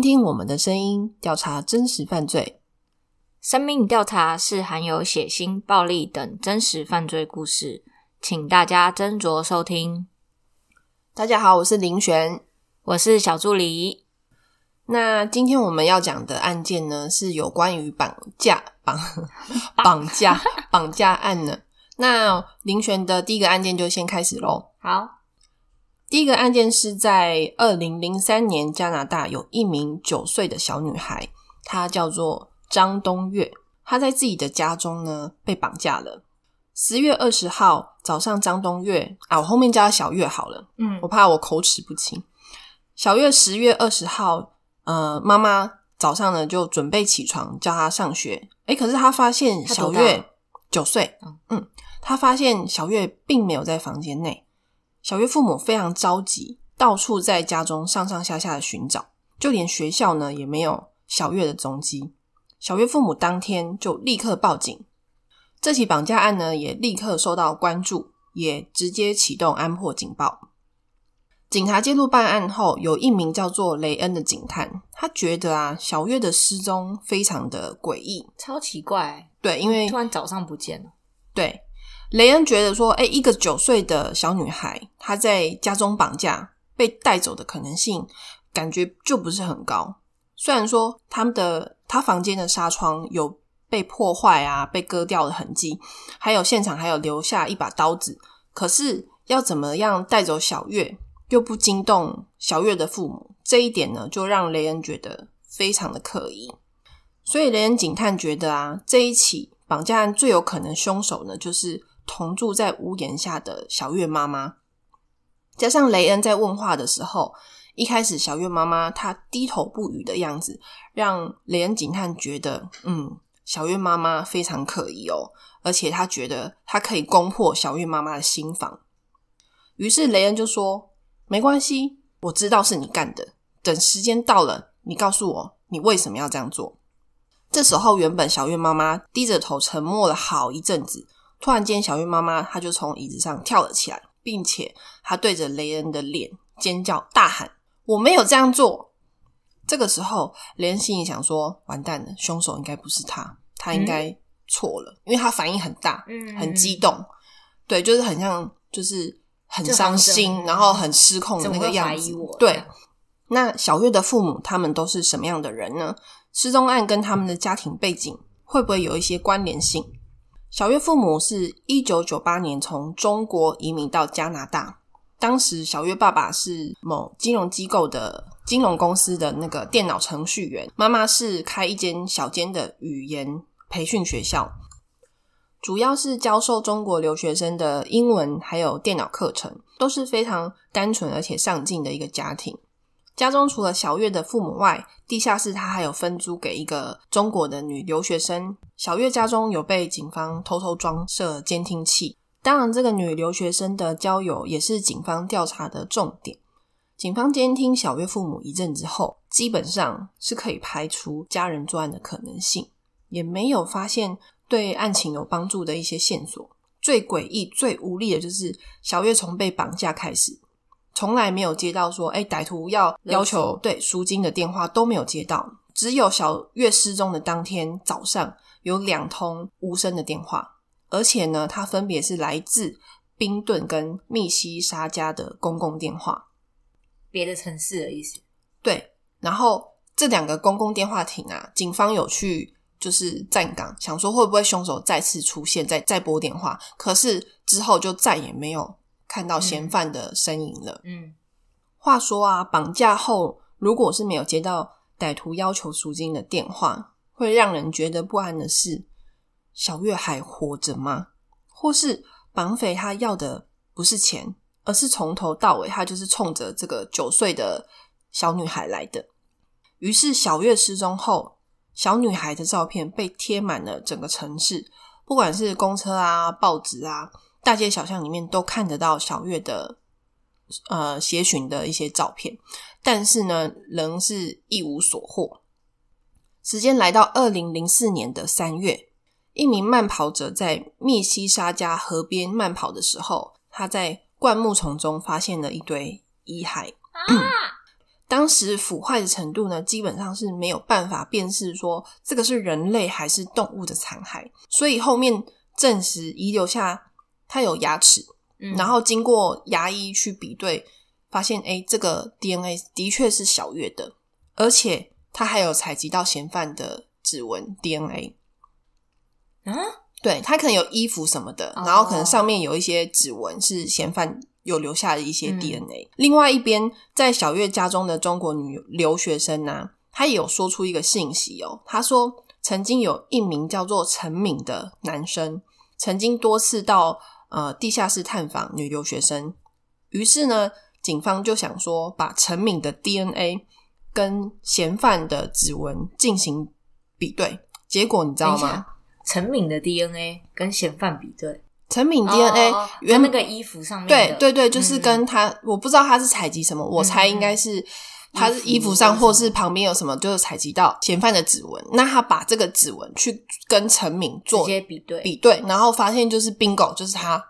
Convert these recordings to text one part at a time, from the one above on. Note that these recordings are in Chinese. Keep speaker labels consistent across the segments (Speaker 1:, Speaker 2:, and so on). Speaker 1: 听我们的声音，调查真实犯罪。
Speaker 2: 生命调查是含有血腥、暴力等真实犯罪故事，请大家斟酌收听。
Speaker 1: 大家好，我是林璇。
Speaker 2: 我是小助理，
Speaker 1: 那今天我们要讲的案件呢，是有关于绑架、绑 绑架、绑架案呢。那林璇的第一个案件就先开始喽。
Speaker 2: 好，
Speaker 1: 第一个案件是在二零零三年加拿大有一名九岁的小女孩，她叫做张东月，她在自己的家中呢被绑架了。十月二十号早上，张东月啊，我后面叫她小月好了，
Speaker 2: 嗯
Speaker 1: 我怕我口齿不清。小月十月二十号，呃，妈妈早上呢就准备起床叫她上学，诶，可是她发现小
Speaker 2: 她多大
Speaker 1: 月九岁，嗯，她发现小月并没有在房间内，小月父母非常着急，到处在家中上上下下的寻找，就连学校呢也没有小月的踪迹。小月父母当天就立刻报警，这起绑架案呢也立刻受到关注，也直接启动安破警报。警察介入办案后，有一名叫做雷恩的警探，他觉得啊，小月的失踪非常的诡异。
Speaker 2: 超奇怪，
Speaker 1: 对，因为
Speaker 2: 突然早上不见了，
Speaker 1: 对雷恩觉得说，哎，一个九岁的小女孩，她在家中绑架被带走的可能性，感觉就不是很高。虽然说他们的他房间的纱窗有被破坏啊，被割掉的痕迹，还有现场还有留下一把刀子，可是要怎么样带走小月，又不惊动小月的父母，这一点呢，就让雷恩觉得非常的刻意。所以雷恩警探觉得啊，这一起绑架案最有可能凶手呢，就是同住在屋檐下的小月妈妈。加上雷恩在问话的时候，一开始小月妈妈她低头不语的样子，让雷恩警探觉得，嗯，小月妈妈非常可疑哦，而且他觉得他可以攻破小月妈妈的心房。于是雷恩就说：“没关系，我知道是你干的。等时间到了，你告诉我你为什么要这样做。”这时候，原本小月妈妈低着头沉默了好一阵子，突然间，小月妈妈她就从椅子上跳了起来，并且她对着雷恩的脸尖叫大喊：“我没有这样做！”这个时候，雷恩心里想说：“完蛋了，凶手应该不是他，他应该错了，因为他反应很大，
Speaker 2: 嗯
Speaker 1: 很激动，对，就是很像，就是很伤
Speaker 2: 就好
Speaker 1: 心，
Speaker 2: 像
Speaker 1: 然后很失控的那个样
Speaker 2: 怎
Speaker 1: 子
Speaker 2: 么会怀疑我。
Speaker 1: 对，那小月的父母他们都是什么样的人呢？失踪案跟他们的家庭背景会不会有一些关联性？小月父母是一九九八年从中国移民到加拿大，当时小月爸爸是某金融机构的金融公司的那个电脑程序员，妈妈是开一间小间的语言培训学校，主要是教授中国留学生的英文还有电脑课程，都是非常单纯而且上进的一个家庭。家中除了小月的父母外，地下室他还有分租给一个中国的女留学生。小月家中有被警方偷偷装设监听器，当然这个女留学生的交友也是警方调查的重点。警方监听小月父母一阵之后，基本上是可以排除家人作案的可能性，也没有发现对案情有帮助的一些线索。最诡异、最无力的就是小月从被绑架开始，从来没有接到说“哎、歹徒要
Speaker 2: 勒索
Speaker 1: 要求对赎金”的电话都没有接到，只有小月失踪的当天早上有两通无声的电话，而且呢，它分别是来自宾顿跟密西沙加的公共电话。
Speaker 2: 别的城市的意思，
Speaker 1: 对，然后这两个公共电话亭啊，警方有去就是站岗，想说会不会凶手再次出现，再再拨电话，可是之后就再也没有看到嫌犯的身影了。
Speaker 2: 嗯，
Speaker 1: 话说啊，绑架后如果是没有接到歹徒要求赎金的电话，会让人觉得不安的是，小月还活着吗？或是绑匪他要的不是钱，而是从头到尾他就是冲着这个九岁的小女孩来的。于是小月失踪后，小女孩的照片被贴满了整个城市，不管是公车啊、报纸啊，大街小巷里面都看得到小月的呃协寻的一些照片，但是呢，仍是一无所获。时间来到二零零四年的三月，一名慢跑者在密西沙加河边慢跑的时候，他在灌木丛中发现了一堆遗骸。 当时腐坏的程度呢，基本上是没有办法辨识说这个是人类还是动物的残骸，所以后面证实遗留下它有牙齿，
Speaker 2: 嗯
Speaker 1: 然后经过牙医去比对，发现哎，诶这个 DNA 的确是小月的，而且他还有采集到嫌犯的指纹 DNA，
Speaker 2: 啊，
Speaker 1: 对他可能有衣服什么的，
Speaker 2: 哦
Speaker 1: 然后可能上面有一些指纹是嫌犯有留下的一些
Speaker 2: 嗯
Speaker 1: DNA。另外一边，在小月家中的中国女留学生呢、啊她也有说出一个信息哦，她说曾经有一名叫做陈敏的男生，曾经多次到呃地下室探访女留学生，于是呢，警方就想说把陈敏的 DNA 跟嫌犯的指纹进行比对，结果你知道
Speaker 2: 等一
Speaker 1: 吗
Speaker 2: 下？陈敏的 DNA 跟嫌犯比对
Speaker 1: 陈敏 DNA
Speaker 2: 哦哦哦
Speaker 1: 原
Speaker 2: 跟那个衣服上面
Speaker 1: 对
Speaker 2: 的
Speaker 1: 对对，就是
Speaker 2: 嗯
Speaker 1: 跟他，我不知道他是采集什么，我猜应该是他是衣服上
Speaker 2: 衣服
Speaker 1: 或是旁边有什么，就是采集到嫌犯的指纹。那他把这个指纹去跟陈敏
Speaker 2: 直
Speaker 1: 做
Speaker 2: 接比对，
Speaker 1: 比对，然后发现就是 bingo，就是他。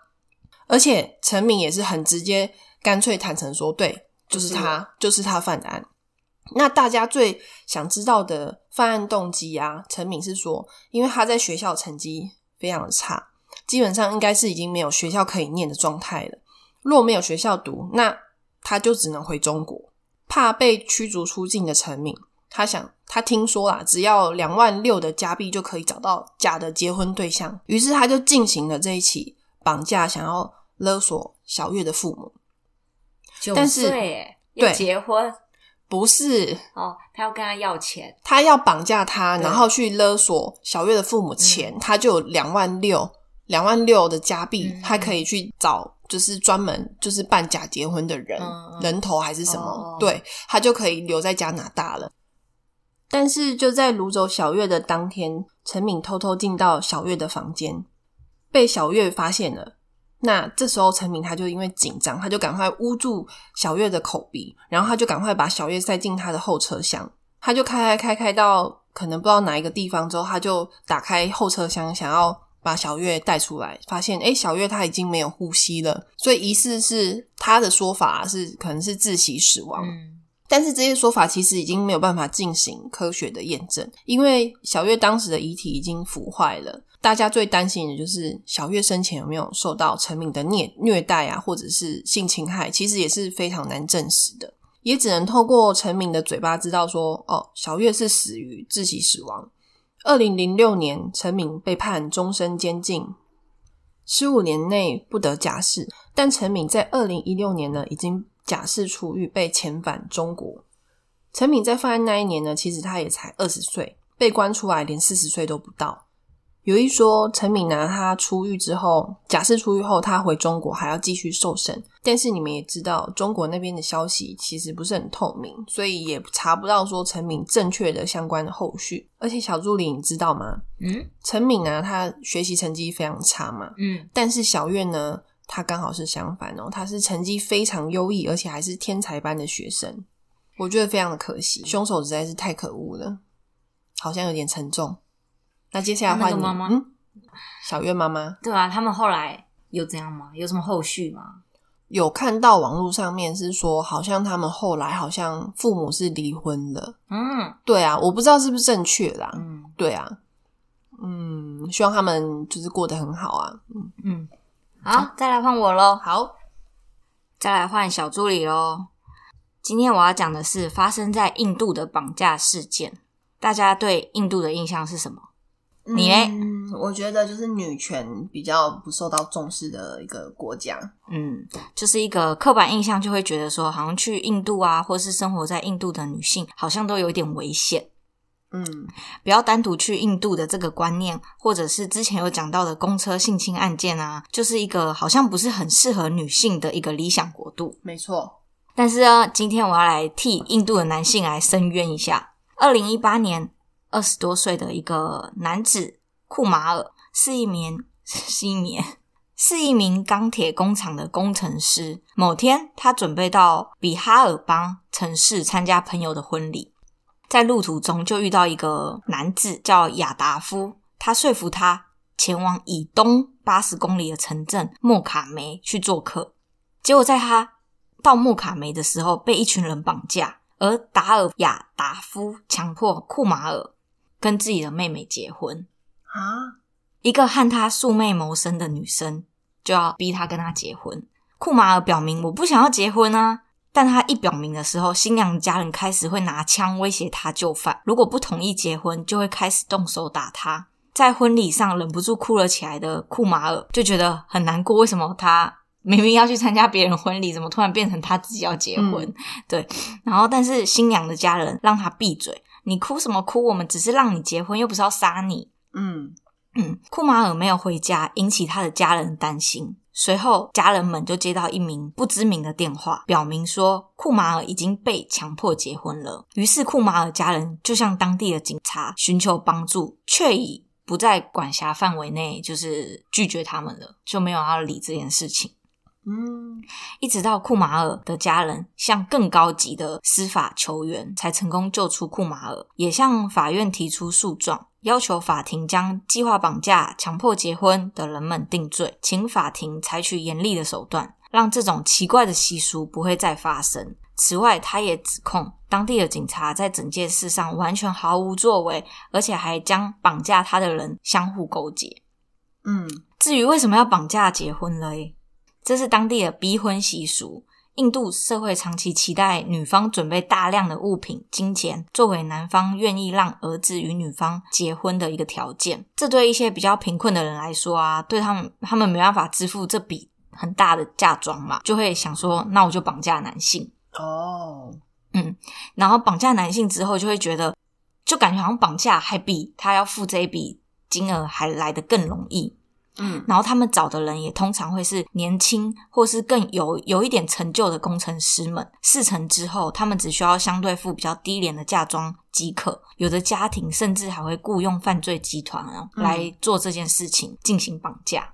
Speaker 1: 而且陈敏也是很直接、干脆、坦诚说，对，就是他，就是他犯的案。那大家最想知道的犯案动机啊，陈敏是说，因为他在学校成绩非常的差，基本上应该是已经没有学校可以念的状态了。若没有学校读，那他就只能回中国。怕被驱逐出境的陈敏，他想，他听说啦，只要两万六的加币就可以找到假的结婚对象，于是他就进行了这一起绑架，想要勒索小月的父母。
Speaker 2: 九
Speaker 1: 但是
Speaker 2: 岁耶要
Speaker 1: 对
Speaker 2: 结婚
Speaker 1: 不是，
Speaker 2: 哦，他要跟他要钱，
Speaker 1: 他要绑架他，
Speaker 2: 对
Speaker 1: 然后去勒索小月的父母钱，他就有两万六，两万六的加币，
Speaker 2: 嗯
Speaker 1: 他可以去找就是专门就是办假结婚的人，
Speaker 2: 嗯嗯
Speaker 1: 人头还是什么，
Speaker 2: 哦
Speaker 1: 对他就可以留在加拿大了。但是就在掳走小月的当天，陈敏偷偷进到小月的房间，被小月发现了。那这时候陈敏他就因为紧张，他就赶快捂住小月的口鼻，然后他就赶快把小月塞进他的后车厢，他就开开开开到可能不知道哪一个地方之后，他就打开后车厢，想要把小月带出来，发现诶、小月她已经没有呼吸了，所以疑似是他的说法是可能是窒息死亡。
Speaker 2: 嗯，
Speaker 1: 但是这些说法其实已经没有办法进行科学的验证，因为小月当时的遗体已经腐坏了。大家最担心的就是小月生前有没有受到陈敏的虐虐待啊，或者是性侵害，其实也是非常难证实的，也只能透过陈敏的嘴巴知道说，哦，小月是死于窒息死亡。二零零六年，陈敏被判终身监禁，十五年内不得假释。但陈敏在二零一六年呢，已经假释出狱，被遣返中国。陈敏在犯案那一年呢，其实他也才二十岁，被关出来连四十岁都不到。有一说，陈敏呢，他出狱之后，假释出狱后，他回中国还要继续受审。但是你们也知道，中国那边的消息其实不是很透明，所以也查不到说陈敏正确的相关的后续。而且小助理，你知道吗？
Speaker 2: 嗯
Speaker 1: 陈敏啊，他学习成绩非常差嘛，
Speaker 2: 嗯，
Speaker 1: 但是小月呢，她刚好是相反哦，她是成绩非常优异，而且还是天才班的学生。我觉得非常的可惜，凶手实在是太可恶了，好像有点沉重。那接下来换
Speaker 2: 那那
Speaker 1: 你，
Speaker 2: 个妈妈
Speaker 1: 嗯，小月妈妈
Speaker 2: 对啊，他们后来有怎样吗？有什么后续吗？
Speaker 1: 有看到网络上面是说，好像他们后来好像父母是离婚了。
Speaker 2: 嗯
Speaker 1: 对啊，我不知道是不是正确啦。
Speaker 2: 嗯
Speaker 1: 对啊，嗯，希望他们就是过得很好啊。
Speaker 2: 嗯，好，再来换我喽。
Speaker 1: 好，
Speaker 2: 再来换小助理喽。今天我要讲的是发生在印度的绑架事件。大家对印度的印象是什么？你嘞
Speaker 1: 嗯，我觉得就是女权比较不受到重视的一个国家。
Speaker 2: 嗯，就是一个刻板印象，就会觉得说，好像去印度啊，或是生活在印度的女性，好像都有一点危险。
Speaker 1: 嗯
Speaker 2: 不要单独去印度的这个观念，或者是之前有讲到的公车性侵案件啊，就是一个好像不是很适合女性的一个理想国度。
Speaker 1: 没错。
Speaker 2: 但是呢，今天我要来替印度的男性来申冤一下。二零一八年，二十多岁的一个男子库马尔是一名 是一名是一名钢铁工厂的工程师。某天，他准备到比哈尔邦城市参加朋友的婚礼，在路途中就遇到一个男子叫亚达夫，他说服他前往以东八十公里的城镇莫卡梅去做客。结果在他到莫卡梅的时候，被一群人绑架，而达尔雅达夫强迫库马尔跟自己的妹妹结婚，
Speaker 1: 啊，
Speaker 2: 一个和他素昧谋生的女生就要逼他跟他结婚。库马尔表明我不想要结婚啊，但他一表明的时候，新娘家人开始会拿枪威胁他就范，如果不同意结婚，就会开始动手打他。在婚礼上忍不住哭了起来的库马尔就觉得很难过，为什么他明明要去参加别人婚礼，怎么突然变成他自己要结婚？
Speaker 1: 嗯
Speaker 2: 对，然后但是新娘的家人让他闭嘴，你哭什么哭？我们只是让你结婚，又不是要杀你。
Speaker 1: 嗯
Speaker 2: 嗯，库马尔没有回家，引起他的家人担心。随后，家人们就接到一名不知名的电话，表明说库马尔已经被强迫结婚了。于是，库马尔家人就向当地的警察寻求帮助，却以不在管辖范围内，就是拒绝他们了，就没有要理这件事情。
Speaker 1: 嗯，
Speaker 2: 一直到库马尔的家人向更高级的司法求援，才成功救出库马尔，也向法院提出诉状，要求法庭将计划绑架、强迫结婚的人们定罪，请法庭采取严厉的手段，让这种奇怪的习俗不会再发生。此外，他也指控当地的警察在整件事上完全毫无作为，而且还将绑架他的人相互勾结。
Speaker 1: 嗯，
Speaker 2: 至于为什么要绑架结婚嘞，这是当地的逼婚习俗。印度社会长期期待女方准备大量的物品、金钱，作为男方愿意让儿子与女方结婚的一个条件。这对一些比较贫困的人来说啊，对他们他们没办法支付这笔很大的嫁妆嘛，就会想说，那我就绑架男性。
Speaker 1: 哦，
Speaker 2: 然后绑架男性之后，就会觉得，就感觉好像绑架还比他要付这一笔金额还来得更容易。
Speaker 1: 嗯
Speaker 2: 然后他们找的人也通常会是年轻或是更有有一点成就的工程师们。事成之后，他们只需要相对付比较低廉的嫁妆即可。有的家庭甚至还会雇佣犯罪集团啊
Speaker 1: 嗯
Speaker 2: 来做这件事情，进行绑架。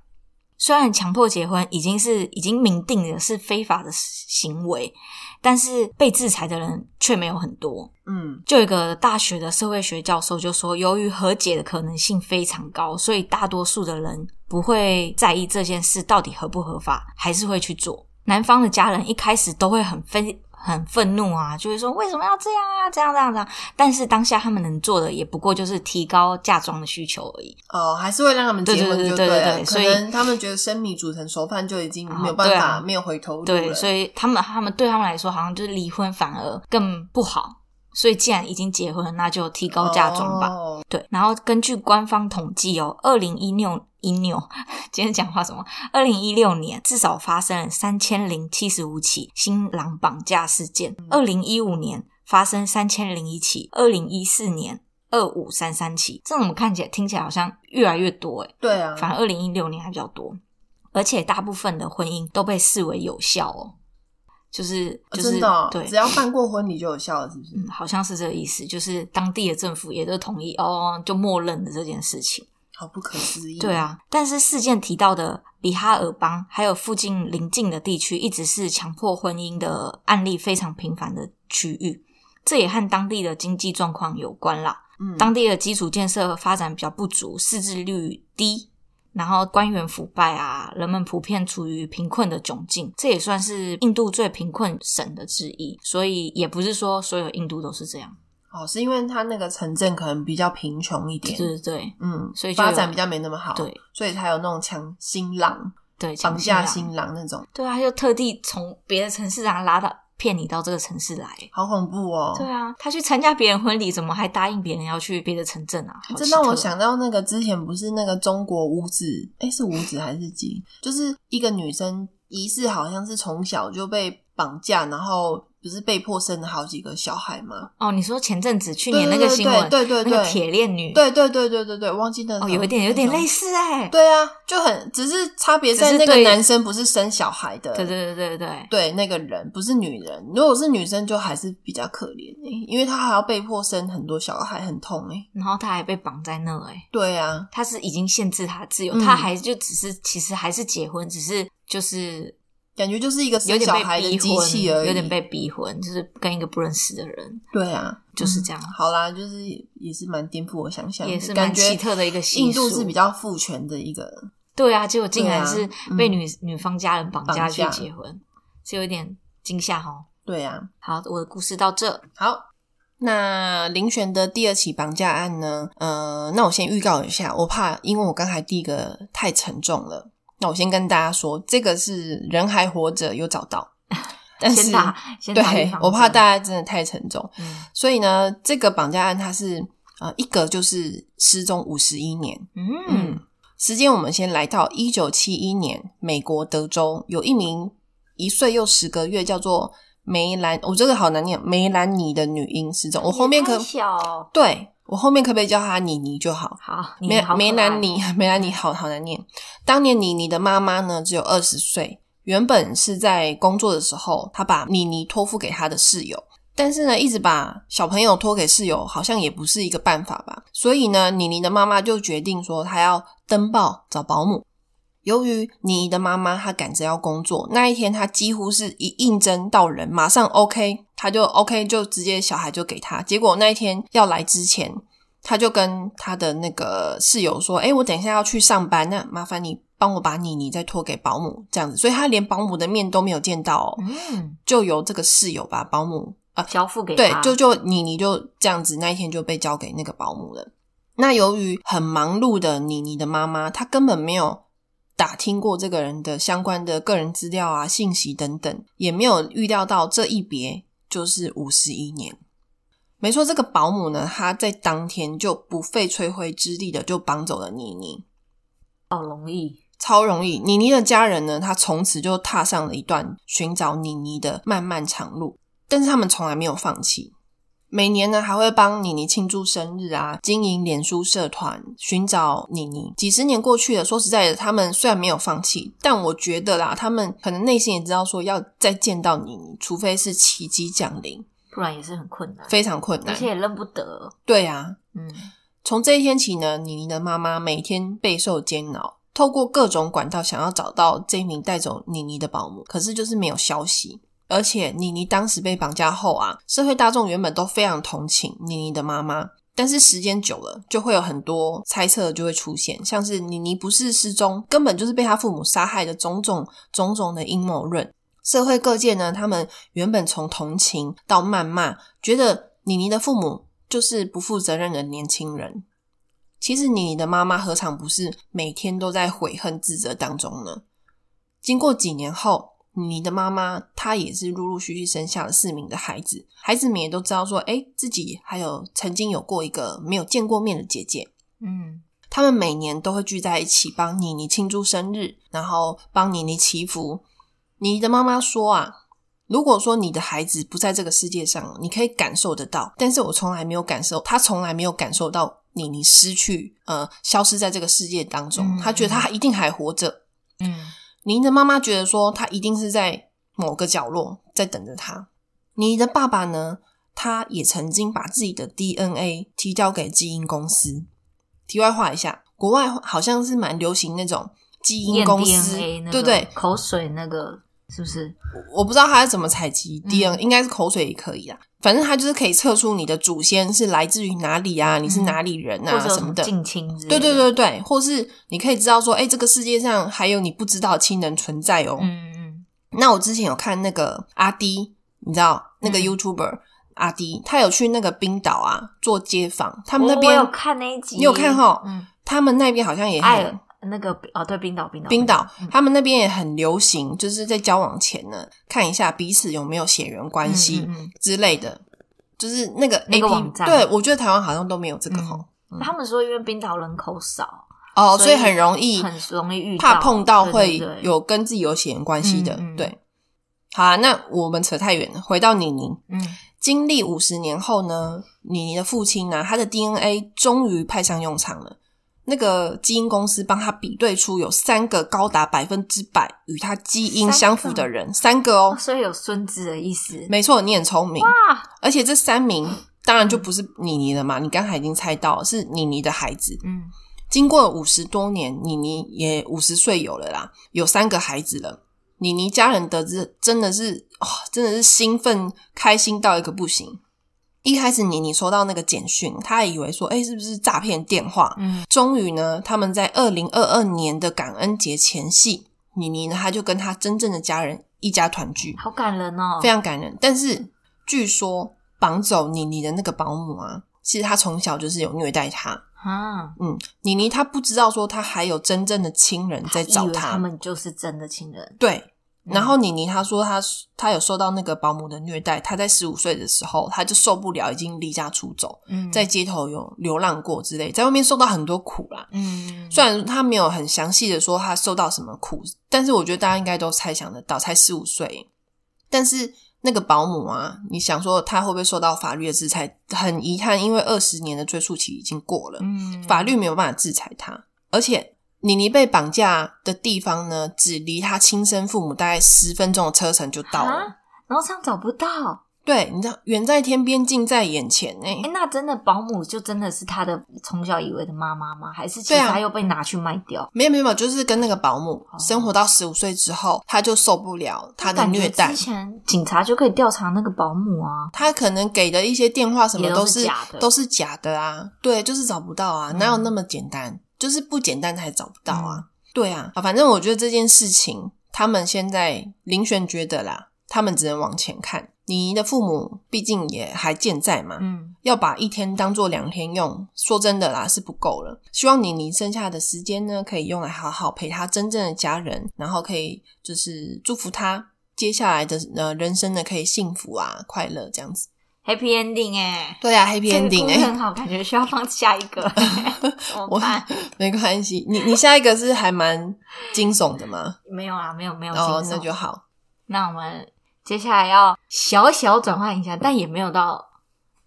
Speaker 2: 虽然强迫结婚已经是已经明定的是非法的行为，但是被制裁的人却没有很多。
Speaker 1: 嗯
Speaker 2: 就有一个大学的社会学教授就说，由于和解的可能性非常高，所以大多数的人不会在意这件事到底合不合法，还是会去做。男方的家人一开始都会很愤很愤怒啊，就会说为什么要这样啊，这样这样这样。但是当下他们能做的也不过就是提高嫁妆的需求而已。
Speaker 1: 哦，还是会让他们结
Speaker 2: 对对
Speaker 1: 婚
Speaker 2: 对
Speaker 1: 就
Speaker 2: 对对
Speaker 1: 了。
Speaker 2: 对
Speaker 1: 可
Speaker 2: 所以
Speaker 1: 能他们觉得生米煮成熟饭就已经没有
Speaker 2: 啊
Speaker 1: 办
Speaker 2: 对
Speaker 1: 法，
Speaker 2: 啊
Speaker 1: 没有回头路
Speaker 2: 对，
Speaker 1: 了
Speaker 2: 所以他们他们对他们来说，好像就是离婚反而更不好。所以既然已经结婚了，那就提高嫁妆吧。
Speaker 1: 哦
Speaker 2: 对，然后根据官方统计哦，二零一六一六，今天讲话什么？二零一六年至少发生了三千零七十五起新郎绑架事件，
Speaker 1: 嗯
Speaker 2: 二零一五年发生三千零一起，二零一四年二五三三起，这种我们看起来听起来好像越来越多诶，
Speaker 1: 对啊，
Speaker 2: 反而二零一六年还比较多，而且大部分的婚姻都被视为有效哦，就是
Speaker 1: 哦
Speaker 2: 就是、
Speaker 1: 真的哦、
Speaker 2: 对
Speaker 1: 只。要办过婚礼就有效了，是不是？
Speaker 2: 嗯，好像是这个意思，就是当地的政府也都同意哦，就默认了这件事情。
Speaker 1: 好不可思议。
Speaker 2: 对，啊，但是事件提到的比哈尔邦还有附近邻近的地区，一直是强迫婚姻的案例非常频繁的区域。这也和当地的经济状况有关啦。
Speaker 1: 嗯，
Speaker 2: 当地的基础建设发展比较不足，识字率低，然后官员腐败啊，人们普遍处于贫困的窘境，这也算是印度最贫困省的之一。所以也不是说所有印度都是这样，
Speaker 1: 哦，是因为他那个城镇可能比较贫穷一
Speaker 2: 对
Speaker 1: 点，
Speaker 2: 对对
Speaker 1: 嗯，
Speaker 2: 所以就有
Speaker 1: 发展比较没那么好，
Speaker 2: 对，
Speaker 1: 所以才有那种抢新郎、
Speaker 2: 对，
Speaker 1: 绑架
Speaker 2: 强行啊
Speaker 1: 新郎那种，
Speaker 2: 对啊，他就特地从别的城市然后拉到骗你到这个城市来。
Speaker 1: 好恐怖哦！
Speaker 2: 对啊，他去参加别人婚礼，怎么还答应别人要去别的城镇啊？好
Speaker 1: 这
Speaker 2: 奇
Speaker 1: 让
Speaker 2: 特
Speaker 1: 我想到那个之前不是那个中国五子，哎，是五子还是几？就是一个女生疑似好像是从小就被绑架，然后不是被迫生了好几个小孩吗？
Speaker 2: 哦，你说前阵子去
Speaker 1: 对
Speaker 2: 年那个新闻，
Speaker 1: 对对对对
Speaker 2: 那个
Speaker 1: 对
Speaker 2: 铁链女，
Speaker 1: 对对对对对对，忘记那
Speaker 2: 哦，有一点有点类。似哎、
Speaker 1: 对啊，就很只是差别在
Speaker 2: 只是
Speaker 1: 那个
Speaker 2: 对
Speaker 1: 男生不是生小孩的，
Speaker 2: 对对对对对
Speaker 1: 对那个人不是女人，如果是女生就还是比较可怜、欸，因为她还要被迫生很多小孩，很痛哎、
Speaker 2: 然后他还被绑在那哎、
Speaker 1: 对啊，
Speaker 2: 他是已经限制他的自由，
Speaker 1: 嗯
Speaker 2: 他还就只是其实还是结婚，只是就是
Speaker 1: 感觉就是一个
Speaker 2: 有
Speaker 1: 生
Speaker 2: 点
Speaker 1: 小
Speaker 2: 被
Speaker 1: 孩的
Speaker 2: 逼
Speaker 1: 机器而
Speaker 2: 婚，
Speaker 1: 已，
Speaker 2: 有点被逼婚，就是跟一个不认识的人，
Speaker 1: 对啊，
Speaker 2: 就是这样，
Speaker 1: 好啦，就是也是蛮颠覆我想象的，
Speaker 2: 也是
Speaker 1: 感
Speaker 2: 蛮
Speaker 1: 觉
Speaker 2: 奇特的一个习俗。
Speaker 1: 印度是比较父权的一个，
Speaker 2: 对啊，结果竟然
Speaker 1: 对啊
Speaker 2: 是被女、女方家人绑架去
Speaker 1: 绑架
Speaker 2: 结婚，是有点惊吓哦。
Speaker 1: 对啊，
Speaker 2: 好，我的故事到这。
Speaker 1: 好，那林璇的第二起绑架案呢？呃，那我先预告一下，我怕因为我刚才第一个太沉重了，那我先跟大家说，这个是人还活着有找 到，但是
Speaker 2: 先打，先打预
Speaker 1: 对
Speaker 2: 防针
Speaker 1: 我怕大家真的太沉重，
Speaker 2: 嗯
Speaker 1: 所以呢，这个绑架案它是呃一个就是失踪五十一年，
Speaker 2: 嗯
Speaker 1: 嗯，时间我们先来到一九七一年，美国德州有一名一岁又十个月叫做梅兰，我、这个好难念，梅兰妮的女婴失踪。我后面
Speaker 2: 也太
Speaker 1: 可
Speaker 2: 小哦
Speaker 1: 对我后面可不可以叫她妮妮就好？
Speaker 2: 好，你
Speaker 1: 梅
Speaker 2: 好可爱
Speaker 1: 梅兰妮， 梅兰妮好好难念。当年妮妮的妈妈呢只有二十岁，原本是在工作的时候，她把妮妮托付给她的室友，但是呢，一直把小朋友托给室友，好像也不是一个办法吧。所以呢，妮妮的妈妈就决定说，她要登报找保姆。由于妮妮的妈妈她赶着要工作，那一天她几乎是一应征到人，马上 OK，她就 OK 就直接小孩就给她。结果那一天要来之前，她就跟她的那个室友说：“哎、我等一下要去上班，那麻烦你帮我把妮妮再托给保姆这样子。”所以她连保姆的面都没有见到哦，
Speaker 2: 嗯，
Speaker 1: 就由这个室友把保姆啊、
Speaker 2: 交付给
Speaker 1: 对
Speaker 2: 他，
Speaker 1: 就就妮妮就这样子，那一天就被交给那个保姆了。那由于很忙碌的妮妮的妈妈，她根本没有打听过这个人的相关的个人资料啊、信息等等，也没有预料到这一别就是五十一年。没错，这个保姆呢，她在当天就不费吹灰之力的就绑走了妮妮。
Speaker 2: 好容易，
Speaker 1: 超容易。妮妮的家人呢，他从此就踏上了一段寻找妮妮的漫漫长路，但是他们从来没有放弃。每年呢，还会帮妮妮庆祝生日啊，经营脸书社团，寻找妮妮。几十年过去了，说实在的，他们虽然没有放弃，但我觉得啦，他们可能内心也知道说，要再见到妮妮，除非是奇迹降临，
Speaker 2: 不然也是很困难，
Speaker 1: 非常困难
Speaker 2: 而。且也认不得。
Speaker 1: 对啊，
Speaker 2: 嗯，
Speaker 1: 从这一天起呢，妮妮的妈妈每天备受煎熬，透过各种管道想要找到这名带走妮妮的保姆，可是就是没有消息。而且妮妮当时被绑架后啊，社会大众原本都非常同情妮妮的妈妈，但是时间久了，就会有很多猜测就会出现，像是妮妮不是失踪，根本就是被她父母杀害的种种种种的阴谋论。社会各界呢，他们原本从同情到谩骂，觉得妮妮的父母就是不负责任的年轻人。其实妮妮的妈妈何尝不是每天都在悔恨自责当中呢？经过几年后，妮妮的妈妈她也是陆陆续续生下了四名的孩子，孩子们也都知道说，哎，自己还有曾经有过一个没有见过面的姐姐，
Speaker 2: 嗯，
Speaker 1: 他们每年都会聚在一起帮妮妮庆祝生日，然后帮妮妮祈福。妮妮的妈妈说啊，如果说你的孩子不在这个世界上，你可以感受得到，但是我从来没有感受，他从来没有感受到妮妮失去，呃，消失在这个世界当中
Speaker 2: 嗯。
Speaker 1: 他觉得他一定还活着。
Speaker 2: 嗯，
Speaker 1: 妮妮的妈妈觉得说，他一定是在某个角落在等着他。妮妮的爸爸呢，他也曾经把自己的 DNA 提交给基因公司。题外话一下，国外好像是蛮流行那种基因
Speaker 2: 验
Speaker 1: 公司
Speaker 2: DNA，那，个
Speaker 1: 对不对？
Speaker 2: 口水那个是不是？
Speaker 1: 我我不知道他是怎么采集
Speaker 2: 嗯
Speaker 1: DNA，、应该是口水也可以啦。反正他就是可以测出你的祖先是来自于哪里啊，你是哪里人
Speaker 2: 嗯或
Speaker 1: 啊、
Speaker 2: 者有
Speaker 1: 什
Speaker 2: 什
Speaker 1: 么
Speaker 2: 么
Speaker 1: 的。
Speaker 2: 近亲之类
Speaker 1: 对
Speaker 2: 的？
Speaker 1: 对，对对，或是你可以知道说，哎，这个世界上还有你不知道的亲人存在哦。
Speaker 2: 嗯嗯
Speaker 1: 那我之前有看那个阿迪，你知道那个
Speaker 2: 嗯
Speaker 1: YouTuber、阿迪，他有去那个冰岛啊做街访，他
Speaker 2: 嗯，
Speaker 1: 们那
Speaker 2: 我
Speaker 1: 边
Speaker 2: 我有看那一集，
Speaker 1: 你有看哈
Speaker 2: 嗯，
Speaker 1: 他们那边好像也很
Speaker 2: 爱尔那个哦，对，冰岛，冰岛，
Speaker 1: 冰岛，
Speaker 2: 嗯
Speaker 1: 他们那边也很流行，就是在交往前呢，看一下彼此有没有血缘关系
Speaker 2: 嗯嗯嗯
Speaker 1: 之类的，就是那个 A
Speaker 2: 那
Speaker 1: P，
Speaker 2: 个网站
Speaker 1: 对我觉得台湾好像都没有这个吼、
Speaker 2: 他们说，因为冰岛人口少，
Speaker 1: 哦，所
Speaker 2: 所以
Speaker 1: 以很容易
Speaker 2: 很容易遇到，
Speaker 1: 怕碰到
Speaker 2: 对
Speaker 1: 会
Speaker 2: 对对
Speaker 1: 有跟自己有血缘关系的，
Speaker 2: 嗯嗯
Speaker 1: 对。好啊，那我们扯太远了，回到宁宁。
Speaker 2: 嗯
Speaker 1: 经历五十年后呢，妮妮的父亲呢、他的 DNA 终于派上用场了。那个基因公司帮他比对出有三个高达百分之百与他基因相符的人，三个
Speaker 2: 哦
Speaker 1: 哦，
Speaker 2: 所以有孙子的意思。
Speaker 1: 没错，你很聪明。
Speaker 2: 啊，
Speaker 1: 而且这三名当然就不是妮妮了嘛，你刚才已经猜到了是妮妮的孩子。
Speaker 2: 嗯，
Speaker 1: 经过五十多年，妮妮也五十岁有了啦，有三个孩子了。妮妮家人得知，真的是哇、真的是兴奋开心到一个不行。一开始妮妮收到那个简讯，她还以为说，哎、是不是诈骗电话？
Speaker 2: 嗯，
Speaker 1: 终于呢，他们在二零二二年的感恩节前夕，妮妮呢，她就跟她真正的家人一家团聚，
Speaker 2: 好感人哦
Speaker 1: 非。常感人。但是据说绑走妮妮的那个保姆啊，其实她从小就是有虐待她。
Speaker 2: 啊，
Speaker 1: 嗯，妮妮她不知道说她还有真正的亲人在
Speaker 2: 以
Speaker 1: 找
Speaker 2: 为他
Speaker 1: 她。
Speaker 2: 们就是真的亲人。
Speaker 1: 对，
Speaker 2: 嗯
Speaker 1: 然后妮妮她说她她有受到那个保姆的虐待，她在十五岁的时候她就受不了，已经离家出走，
Speaker 2: 嗯，
Speaker 1: 在街头有流浪过之类，在外面受到很多苦啦。
Speaker 2: 嗯，
Speaker 1: 虽然她没有很详细的说她受到什么苦，但是我觉得大家应该都猜想得到，才十五岁。但是那个保姆啊，你想说她会不会受到法律的制裁？很遗憾，因为二十年的追诉期已经过了，
Speaker 2: 嗯
Speaker 1: 法律没有办法制裁她。而且妮妮被绑架的地方呢，只离她亲生父母大概十分钟的车程就到了。
Speaker 2: 啊，然后这样找不到，
Speaker 1: 对，你知道，远在天边，近在眼前欸呢、
Speaker 2: 哎，那真的保姆就真的是他的从小以为的妈妈吗？还是其
Speaker 1: 对
Speaker 2: 实
Speaker 1: 啊
Speaker 2: 他又被拿去卖掉？
Speaker 1: 没有没有，没有，就是跟那个保姆
Speaker 2: 哦
Speaker 1: 生活到十五岁之后，她就受不了她的
Speaker 2: 感
Speaker 1: 虐
Speaker 2: 觉
Speaker 1: 待
Speaker 2: 之。前警察就可以调查那个保姆啊。
Speaker 1: 他可能给的一些电话什么
Speaker 2: 也
Speaker 1: 都
Speaker 2: 都
Speaker 1: 是
Speaker 2: 是假的
Speaker 1: 都是假的啊，对，就是找不到啊，
Speaker 2: 嗯
Speaker 1: 哪有那么简单？就是不简单才找不到啊，对啊，啊，反正我觉得这件事情，他们现在林璇觉得啦，他们只能往前看。你的父母毕竟也还健在嘛，
Speaker 2: 嗯，
Speaker 1: 要把一天当做两天用，说真的啦是不够了。希望你你剩下的时间呢，可以用来好好陪他真正的家人，然后可以就是祝福他接下来的呃人生呢，可以幸福啊快乐这样子。
Speaker 2: Happy ending 哎、
Speaker 1: 对啊，Happy Ending
Speaker 2: 这个故事
Speaker 1: 哎、
Speaker 2: 很好，感觉需要放下一 个、怎么办？
Speaker 1: 没关系。你你下一个是还蛮惊悚的吗？
Speaker 2: 没有啊，没有没有
Speaker 1: 哦，
Speaker 2: 惊悚
Speaker 1: 那就好。
Speaker 2: 那我们接下来要小小转换一下，但也没有到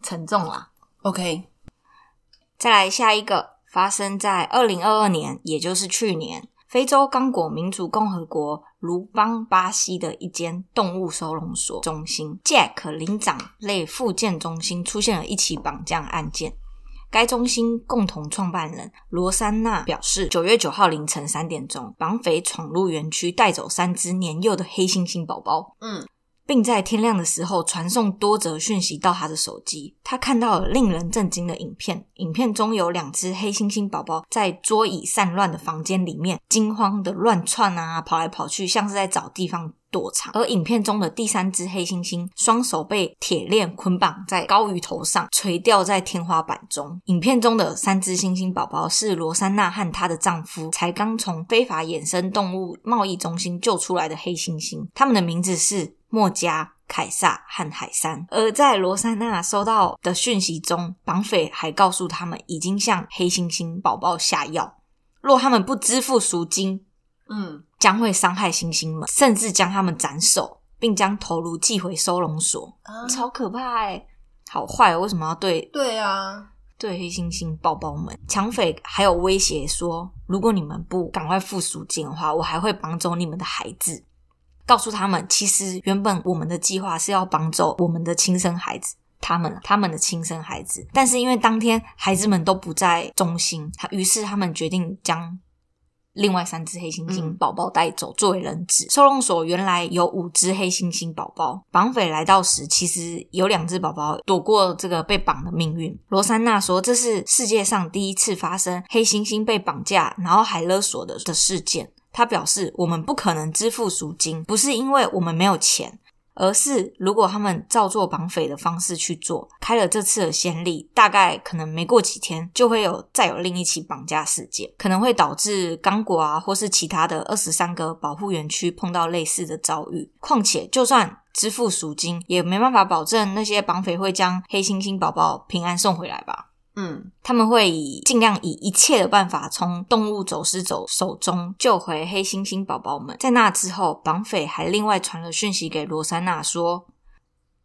Speaker 2: 沉重啦。
Speaker 1: OK，
Speaker 2: 再来下一个，发生在二零二二年，也就是去年，非洲刚果民主共和国卢邦巴西的一间动物收容所中心 Jack 灵长类复健中心出现了一起绑架案件。该中心共同创办人罗珊娜表示，九月九号凌晨三点钟，绑匪闯入园区，带走三只年幼的黑猩猩宝宝。并在天亮的时候传送多则讯息到他的手机。他看到了令人震惊的影片，影片中有两只黑猩猩宝宝在桌椅散乱的房间里面惊慌的乱窜啊，跑来跑去，像是在找地方躲藏。而影片中的第三只黑猩猩，双手被铁链捆绑在高于头上，垂吊在天花板中。影片中的三只猩猩宝宝是罗珊娜和她的丈夫才刚从非法衍生动物贸易中心救出来的黑猩猩，他们的名字是墨加、凯撒和海山。而在罗珊娜收到的讯息中，绑匪还告诉他们已经向黑猩猩宝宝下药，若他们不支付赎金，
Speaker 1: 嗯，
Speaker 2: 将会伤害猩猩们，甚至将他们斩首，并将头颅寄回收容所。
Speaker 1: 啊
Speaker 2: 超可怕哎、好坏、哦，为什么要对
Speaker 1: 对啊，
Speaker 2: 对黑猩猩宝宝们，抢匪还有威胁说，如果你们不赶快付赎金的话，我还会绑走你们的孩子。告诉他们，其实原本我们的计划是要绑走我们的亲生孩子，他们他们的亲生孩子，但是因为当天孩子们都不在中心，他于是他们决定将另外三只黑猩猩
Speaker 1: 嗯
Speaker 2: 宝宝带走作为人质。收容所原来有五只黑猩猩宝宝，绑匪来到时，其实有两只宝宝躲过这个被绑的命运。罗珊娜说，这是世界上第一次发生黑猩猩被绑架然后还勒索的的事件。她表示，我们不可能支付赎金，不是因为我们没有钱，而是如果他们照做绑匪的方式去做，开了这次的先例，大概可能没过几天就会有再有另一起绑架事件，可能会导致刚果啊或是其他的二十三个保护园区碰到类似的遭遇。况且，就算支付赎金，也没办法保证那些绑匪会将黑猩猩宝宝平安送回来吧。
Speaker 1: 嗯
Speaker 2: 他们会以尽量以一切的办法从动物走失走手中救回黑猩猩宝宝们。在那之后，绑匪还另外传了讯息给罗珊娜说，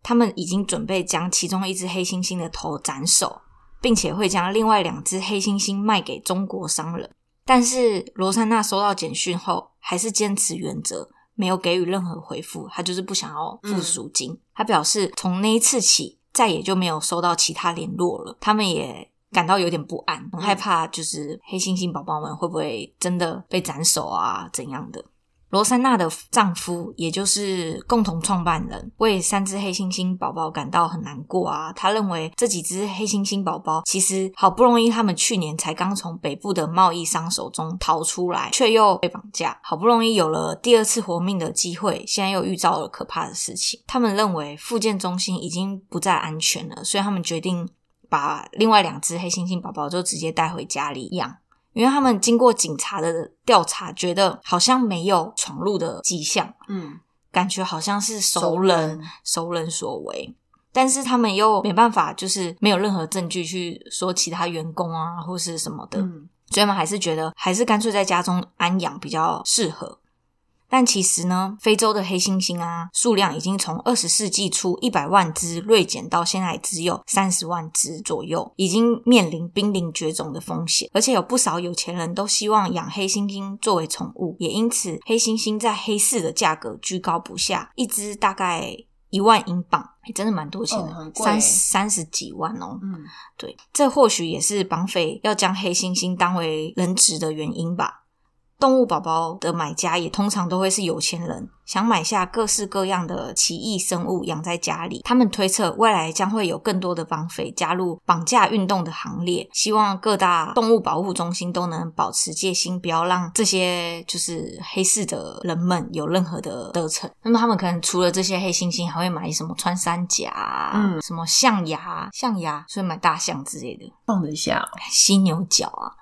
Speaker 2: 他们已经准备将其中一只黑猩猩的头斩首，并且会将另外两只黑猩猩卖给中国商人。但是罗珊娜收到简讯后，还是坚持原则，没有给予任何回复。她就是不想要付赎金。她表示，从那一次起，再也就没有收到其他联络了。他们也感到有点不安，很害怕，就是黑猩猩宝宝们会不会真的被斩首啊，怎样的。罗珊娜的丈夫，也就是共同创办人，为三只黑猩猩宝宝感到很难过啊。他认为这几只黑猩猩宝宝其实好不容易，他们去年才刚从北部的贸易商手中逃出来，却又被绑架，好不容易有了第二次活命的机会，现在又遇到了可怕的事情。他们认为复健中心已经不再安全了，所以他们决定把另外两只黑猩猩宝宝就直接带回家里养。因为他们经过警察的调查，觉得好像没有闯入的迹象，
Speaker 1: 嗯，
Speaker 2: 感觉好像是熟
Speaker 1: 熟
Speaker 2: 人
Speaker 1: 人
Speaker 2: 熟人所为。但是他们又没办法，就是没有任何证据去说其他员工啊或是什么的，
Speaker 1: 嗯
Speaker 2: 所以他们还是觉得还是干脆在家中安养比较适合。但其实呢，非洲的黑猩猩啊，数量已经从二十世纪初一百万只锐减到现在只有三十万只左右，已经面临濒临绝种的风险。而且有不少有钱人都希望养黑猩猩作为宠物，也因此黑猩猩在黑市的价格居高不下，一只大概一万英镑，欸真的蛮多钱
Speaker 1: 哦很
Speaker 2: 的，
Speaker 1: 贵
Speaker 2: 三三十几万哦。
Speaker 1: 嗯，
Speaker 2: 对，这或许也是绑匪要将黑猩猩当为人质的原因吧。动物宝宝的买家也通常都会是有钱人，想买下各式各样的奇异生物养在家里。他们推测未来将会有更多的绑匪加入绑架运动的行列，希望各大动物保护中心都能保持戒心，不要让这些就是黑市的人们有任何的得逞。那么他们可能除了这些黑猩猩，还会买什么穿山甲啊、
Speaker 1: 嗯
Speaker 2: 什么象牙、象牙，所以买大象之类的。
Speaker 1: 放得下哦、
Speaker 2: 犀牛角啊，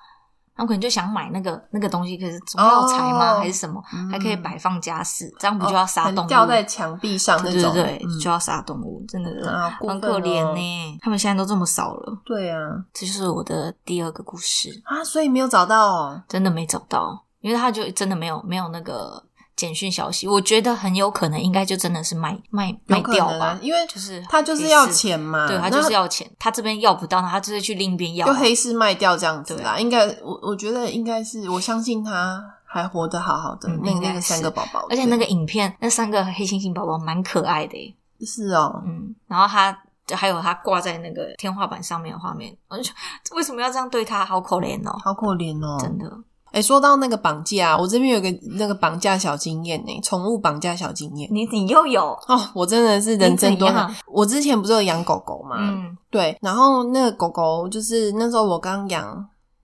Speaker 2: 然后可能就想买那个那个东西，可是总药材吗、
Speaker 1: 哦
Speaker 2: 还是什么，
Speaker 1: 嗯
Speaker 2: 还可以摆放家饰，这样不就要杀
Speaker 1: 很
Speaker 2: 动物？
Speaker 1: 吊哦在墙壁上那
Speaker 2: 对对
Speaker 1: 种，
Speaker 2: 对，
Speaker 1: 嗯
Speaker 2: 就要杀动物，真的是
Speaker 1: 啊，过
Speaker 2: 很
Speaker 1: 分
Speaker 2: 可怜
Speaker 1: 哦
Speaker 2: 呢、他们现在都这么少了，
Speaker 1: 对啊，
Speaker 2: 这就是我的第二个故事，
Speaker 1: 啊，所以没有找到哦，
Speaker 2: 真的没找到，因为他就真的没有没有那个简讯消息，我觉得很有可能应该就真的是卖卖卖
Speaker 1: 有可
Speaker 2: 掉
Speaker 1: 能啊
Speaker 2: 吧，，
Speaker 1: 因为
Speaker 2: 就是
Speaker 1: 他就是要钱嘛，
Speaker 2: 对他就是要钱，他这边要不到，他就是去另一边要
Speaker 1: 那就
Speaker 2: 啊，
Speaker 1: 黑市卖掉这样子
Speaker 2: 对
Speaker 1: 啦。应该我我觉得应该是，我相信他还活得好好的，
Speaker 2: 嗯
Speaker 1: 那
Speaker 2: 应该
Speaker 1: 那个三个宝宝，
Speaker 2: 而且那
Speaker 1: 对
Speaker 2: 个影片，那三个黑猩猩宝宝蛮可爱的耶，
Speaker 1: 是哦，
Speaker 2: 嗯，然后它还有它挂在那个天花板上面的画面，我就觉得为什么要这样对它？好可怜哦，
Speaker 1: 好可怜哦，
Speaker 2: 真的。
Speaker 1: 哎、说到那个绑架，啊我这边有个那个绑架小经验呢、宠物绑架小经验
Speaker 2: 你你又有，
Speaker 1: 哦，我真的是人生多
Speaker 2: 你怎
Speaker 1: 难
Speaker 2: 样。啊
Speaker 1: 我之前不是有养狗狗嘛，
Speaker 2: 嗯
Speaker 1: 对，然后那个狗狗就是那时候我刚养，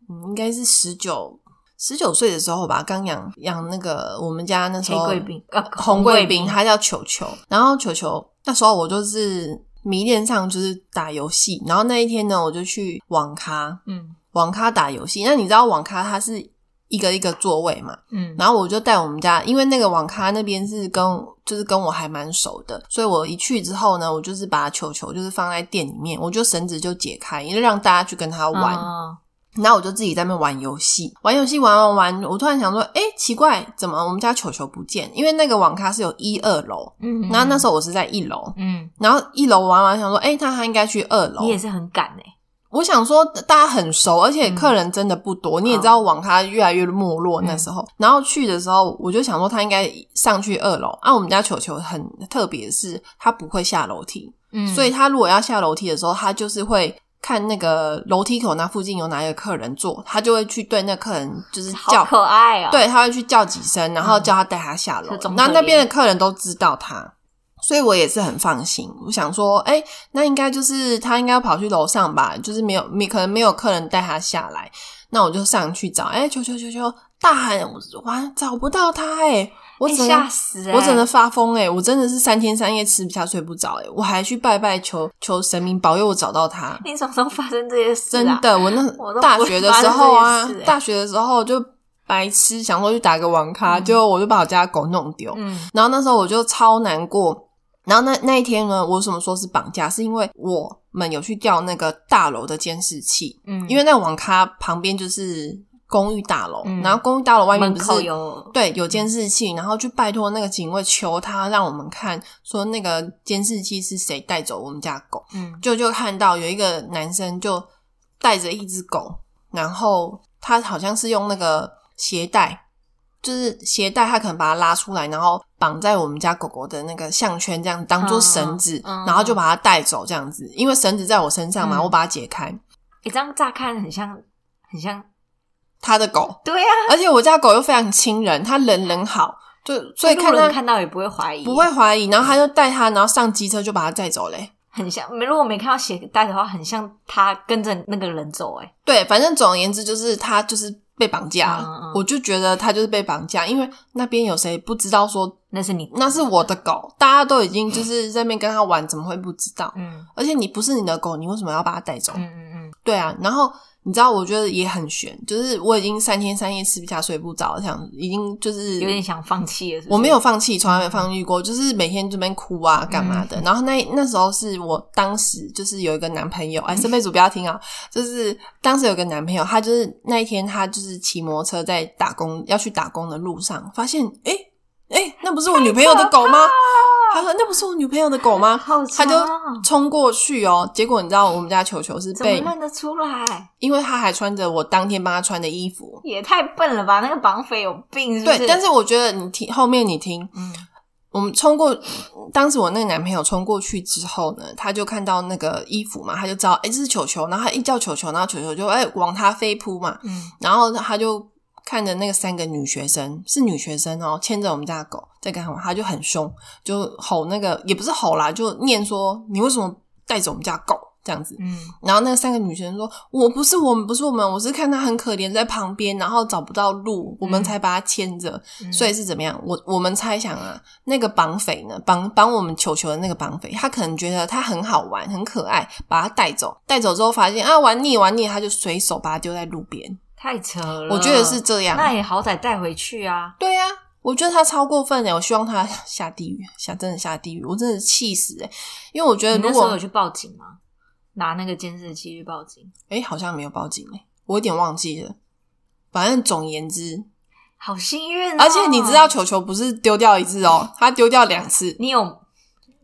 Speaker 1: 嗯，应该是十九十九岁的时候吧，刚养养那个我们家那时
Speaker 2: 黑
Speaker 1: 候
Speaker 2: 贵宾呃
Speaker 1: 红
Speaker 2: 贵
Speaker 1: 贵宾，它叫球球。然后球球那时候我就是迷恋上就是打游戏，然后那一天呢，我就去网咖
Speaker 2: 嗯
Speaker 1: 网咖打游戏。那你知道网咖它是一个一个座位嘛？
Speaker 2: 嗯，
Speaker 1: 然后我就带我们家，因为那个网咖那边是跟就是跟我还蛮熟的，所以我一去之后呢，我就是把球球就是放在店里面，我就绳子就解开，因为让大家去跟他玩。
Speaker 2: 嗯
Speaker 1: 然后我就自己在那边玩游戏，玩游戏玩玩玩，我突然想说，哎，奇怪，怎么我们家球球不见？因为那个网咖是有一二楼，
Speaker 2: 嗯，
Speaker 1: 然后那时
Speaker 2: 候
Speaker 1: 候我是在一楼，
Speaker 2: 嗯，
Speaker 1: 然后一楼玩完想说，哎，他他应该去二楼
Speaker 2: 你。也是嗯很赶哎，
Speaker 1: 我想说大家很熟，而且客人真的不多，你也知道网咖越来越没落
Speaker 2: 嗯
Speaker 1: 那时候。然后去的时候，我就想说他应该上去二楼。啊，我们家球球很特别，是他不会下楼梯，
Speaker 2: 嗯，
Speaker 1: 所以他如果要下楼梯的时候，他就是会看那个楼梯口那附近有哪一个客人坐，他就会去对那客人就是
Speaker 2: 好
Speaker 1: 叫，
Speaker 2: 可爱啊，，
Speaker 1: 对，他会去叫几声，然后
Speaker 2: 嗯
Speaker 1: 叫他带他下楼
Speaker 2: 就装。
Speaker 1: 那、
Speaker 2: 可
Speaker 1: 那
Speaker 2: 怜
Speaker 1: 边的客人都知道他。所以我也是很放心，我想说，哎、那应该就是他应该要跑去楼上吧，就是没有，没可能没有客人带他下来，那我就上去找，哎、求求求求，大喊，我哇，找不到他、哎，我
Speaker 2: 你
Speaker 1: 整个
Speaker 2: 吓死欸，
Speaker 1: 我真的发疯哎、我真的是三天三夜吃不下睡不着哎、我还去拜拜求求神明保佑我找到他。
Speaker 2: 你什么时候发生这些事
Speaker 1: 真
Speaker 2: 啊？
Speaker 1: 的，我那
Speaker 2: 我都不
Speaker 1: 大学的时候
Speaker 2: 发
Speaker 1: 啊
Speaker 2: 生这件事欸，
Speaker 1: 大学的时候就白痴，想说去打个网咖，
Speaker 2: 嗯
Speaker 1: 结果我就把我家的狗弄丢。
Speaker 2: 嗯
Speaker 1: 然后那时候我就超难过。然后那那一天呢，我为什么说是绑架？是因为我们有去调那个大楼的监视器，
Speaker 2: 嗯，
Speaker 1: 因为那网咖旁边就是公寓大楼，
Speaker 2: 嗯
Speaker 1: 然后公寓大楼外面
Speaker 2: 门
Speaker 1: 不
Speaker 2: 口
Speaker 1: 是
Speaker 2: 有
Speaker 1: 对，有监视器，然后去拜托那个警卫求他让我们看，说那个监视器是谁带走我们家狗。
Speaker 2: 嗯
Speaker 1: 就就看到有一个男生就带着一只狗，然后他好像是用那个鞋带，就是鞋带，他可能把它拉出来，然后绑在我们家狗狗的那个项圈，这样当做绳子，
Speaker 2: 嗯嗯
Speaker 1: 然后就把它带走这样子。因为绳子在我身上嘛，
Speaker 2: 嗯
Speaker 1: 我把它解开，
Speaker 2: 你这样乍看很像很像，
Speaker 1: 他的狗，
Speaker 2: 对啊，
Speaker 1: 而且我家狗又非常亲人，它人人好。对，所以
Speaker 2: 路
Speaker 1: 看
Speaker 2: 人
Speaker 1: 他
Speaker 2: 看到也不会怀疑，
Speaker 1: 不会怀疑，然后他就带他，然后上机车就把他载走嘞、
Speaker 2: 很像。如果没看到鞋带的话，很像他跟着那个人走、欸。哎，
Speaker 1: 对，反正总而言之就是他就是被绑架，
Speaker 2: 嗯嗯
Speaker 1: 我就觉得他就是被绑架，因为那边有谁不知道说
Speaker 2: 那是你，
Speaker 1: 那是我的狗，大家都已经就是在那边跟他玩，怎么会不知道？
Speaker 2: 嗯
Speaker 1: 而且你不是你的狗，你为什么要把它带走？
Speaker 2: 嗯嗯嗯，
Speaker 1: 对啊，然后你知道，我觉得也很悬，就是我已经三天三夜吃不下睡不着，想已经就是
Speaker 2: 有点想放弃了是不是
Speaker 1: 我没有放弃，从来没放弃过，就是每天这边哭啊，干
Speaker 2: 嗯
Speaker 1: 嘛的。然后那那时候是我当时就是有一个男朋友，
Speaker 2: 嗯
Speaker 1: 哎，身边主不要听啊，就是当时有个男朋友，他就是那一天他就是骑摩托车在打工要去打工的路上，发现哎哎、诶那不是我女朋友的狗吗？他说那不是我女朋友的狗吗？
Speaker 2: 啊好
Speaker 1: 他
Speaker 2: 长
Speaker 1: 就
Speaker 2: 哦
Speaker 1: 冲过去哦，结果你知道我们家球球是
Speaker 2: 怎么
Speaker 1: 被，
Speaker 2: 认得出来？
Speaker 1: 因为他还穿着我当天帮他穿的衣服，
Speaker 2: 也太笨了吧！那个绑匪有病是不是？
Speaker 1: 对，但是我觉得你听后面你听，
Speaker 2: 嗯
Speaker 1: 我们冲过，当时我那个男朋友冲过去之后呢，他就看到那个衣服嘛，他就知道，哎、这是球球，然后他一叫球球，然后球球就哎、往他飞扑嘛，
Speaker 2: 嗯，
Speaker 1: 然后他就看着那个三个女学生，是女学生哦，牵着我们家的狗在干嘛，他就很凶，就吼那个也不是吼啦，就念说你为什么带走我们家狗这样子，
Speaker 2: 嗯，
Speaker 1: 然后那三个女生说：“我不是我们，不是我们，我是看她很可怜在旁边，然后找不到路，我们才把她牵着。
Speaker 2: 嗯
Speaker 1: 所以是怎么样？我我们猜想啊，那个绑匪呢，绑绑我们球球的那个绑匪，他可能觉得他很好玩，很可爱，把他带走。带走之后发现啊，玩腻玩腻，他就随手把它丢在路边。
Speaker 2: 太扯了。
Speaker 1: 我觉得是，这样。
Speaker 2: 嗯那也好歹带回去啊。
Speaker 1: 对呀、我觉得他超过分的，我希望他下地狱，下真的下地狱，我真的气死哎、因为我觉得
Speaker 2: 你
Speaker 1: 如
Speaker 2: 那时候
Speaker 1: 果
Speaker 2: 有去报警吗？拿那个监视器去报警，
Speaker 1: 哎、好像没有报警哎、我有点忘记了。反正总言之，
Speaker 2: 好幸运、哦。
Speaker 1: 而且你知道，，球球不是丢掉一次哦，他丢掉两次。
Speaker 2: 你有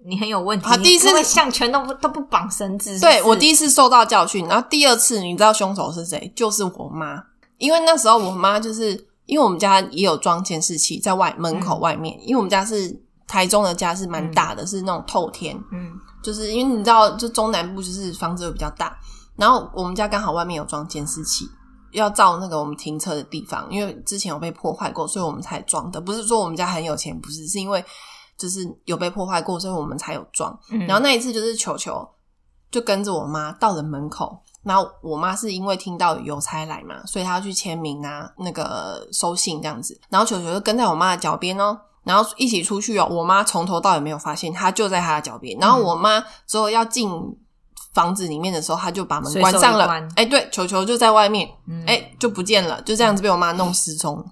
Speaker 2: 你很有问题。
Speaker 1: 好
Speaker 2: 你
Speaker 1: 啊第一次
Speaker 2: 因为项圈都不都不绑绳子，是不
Speaker 1: 对
Speaker 2: 是
Speaker 1: 我第一次受到教训，然后第二次你知道凶手是谁？就是我妈，因为那时候我妈就是因为我们家也有装监视器在外门口外面，因为我们家是台中的家是蛮大的，是那种透天，
Speaker 2: 嗯
Speaker 1: 就是因为你知道，就中南部就是房子会比较大，然后我们家刚好外面有装监视器，要照那个我们停车的地方，因为之前有被破坏过，所以我们才装的。不是说我们家很有钱，不是，是因为就是有被破坏过，所以我们才有装。
Speaker 2: 嗯，
Speaker 1: 然后那一次就是球球就跟着我妈到了门口，然后我妈是因为听到有邮差来嘛，所以她要去签名啊，那个收信这样子。然后球球就跟在我妈的脚边哦，然后一起出去哦。我妈从头到尾没有发现，她就在她的脚边。然
Speaker 2: 嗯
Speaker 1: 后我妈之后要进房子里面的时候，她就把门
Speaker 2: 随手
Speaker 1: 关上
Speaker 2: 一
Speaker 1: 了
Speaker 2: 关。
Speaker 1: 哎，对，球球就在外面。
Speaker 2: 嗯
Speaker 1: 哎、就不见了，就这样子被我妈弄失踪。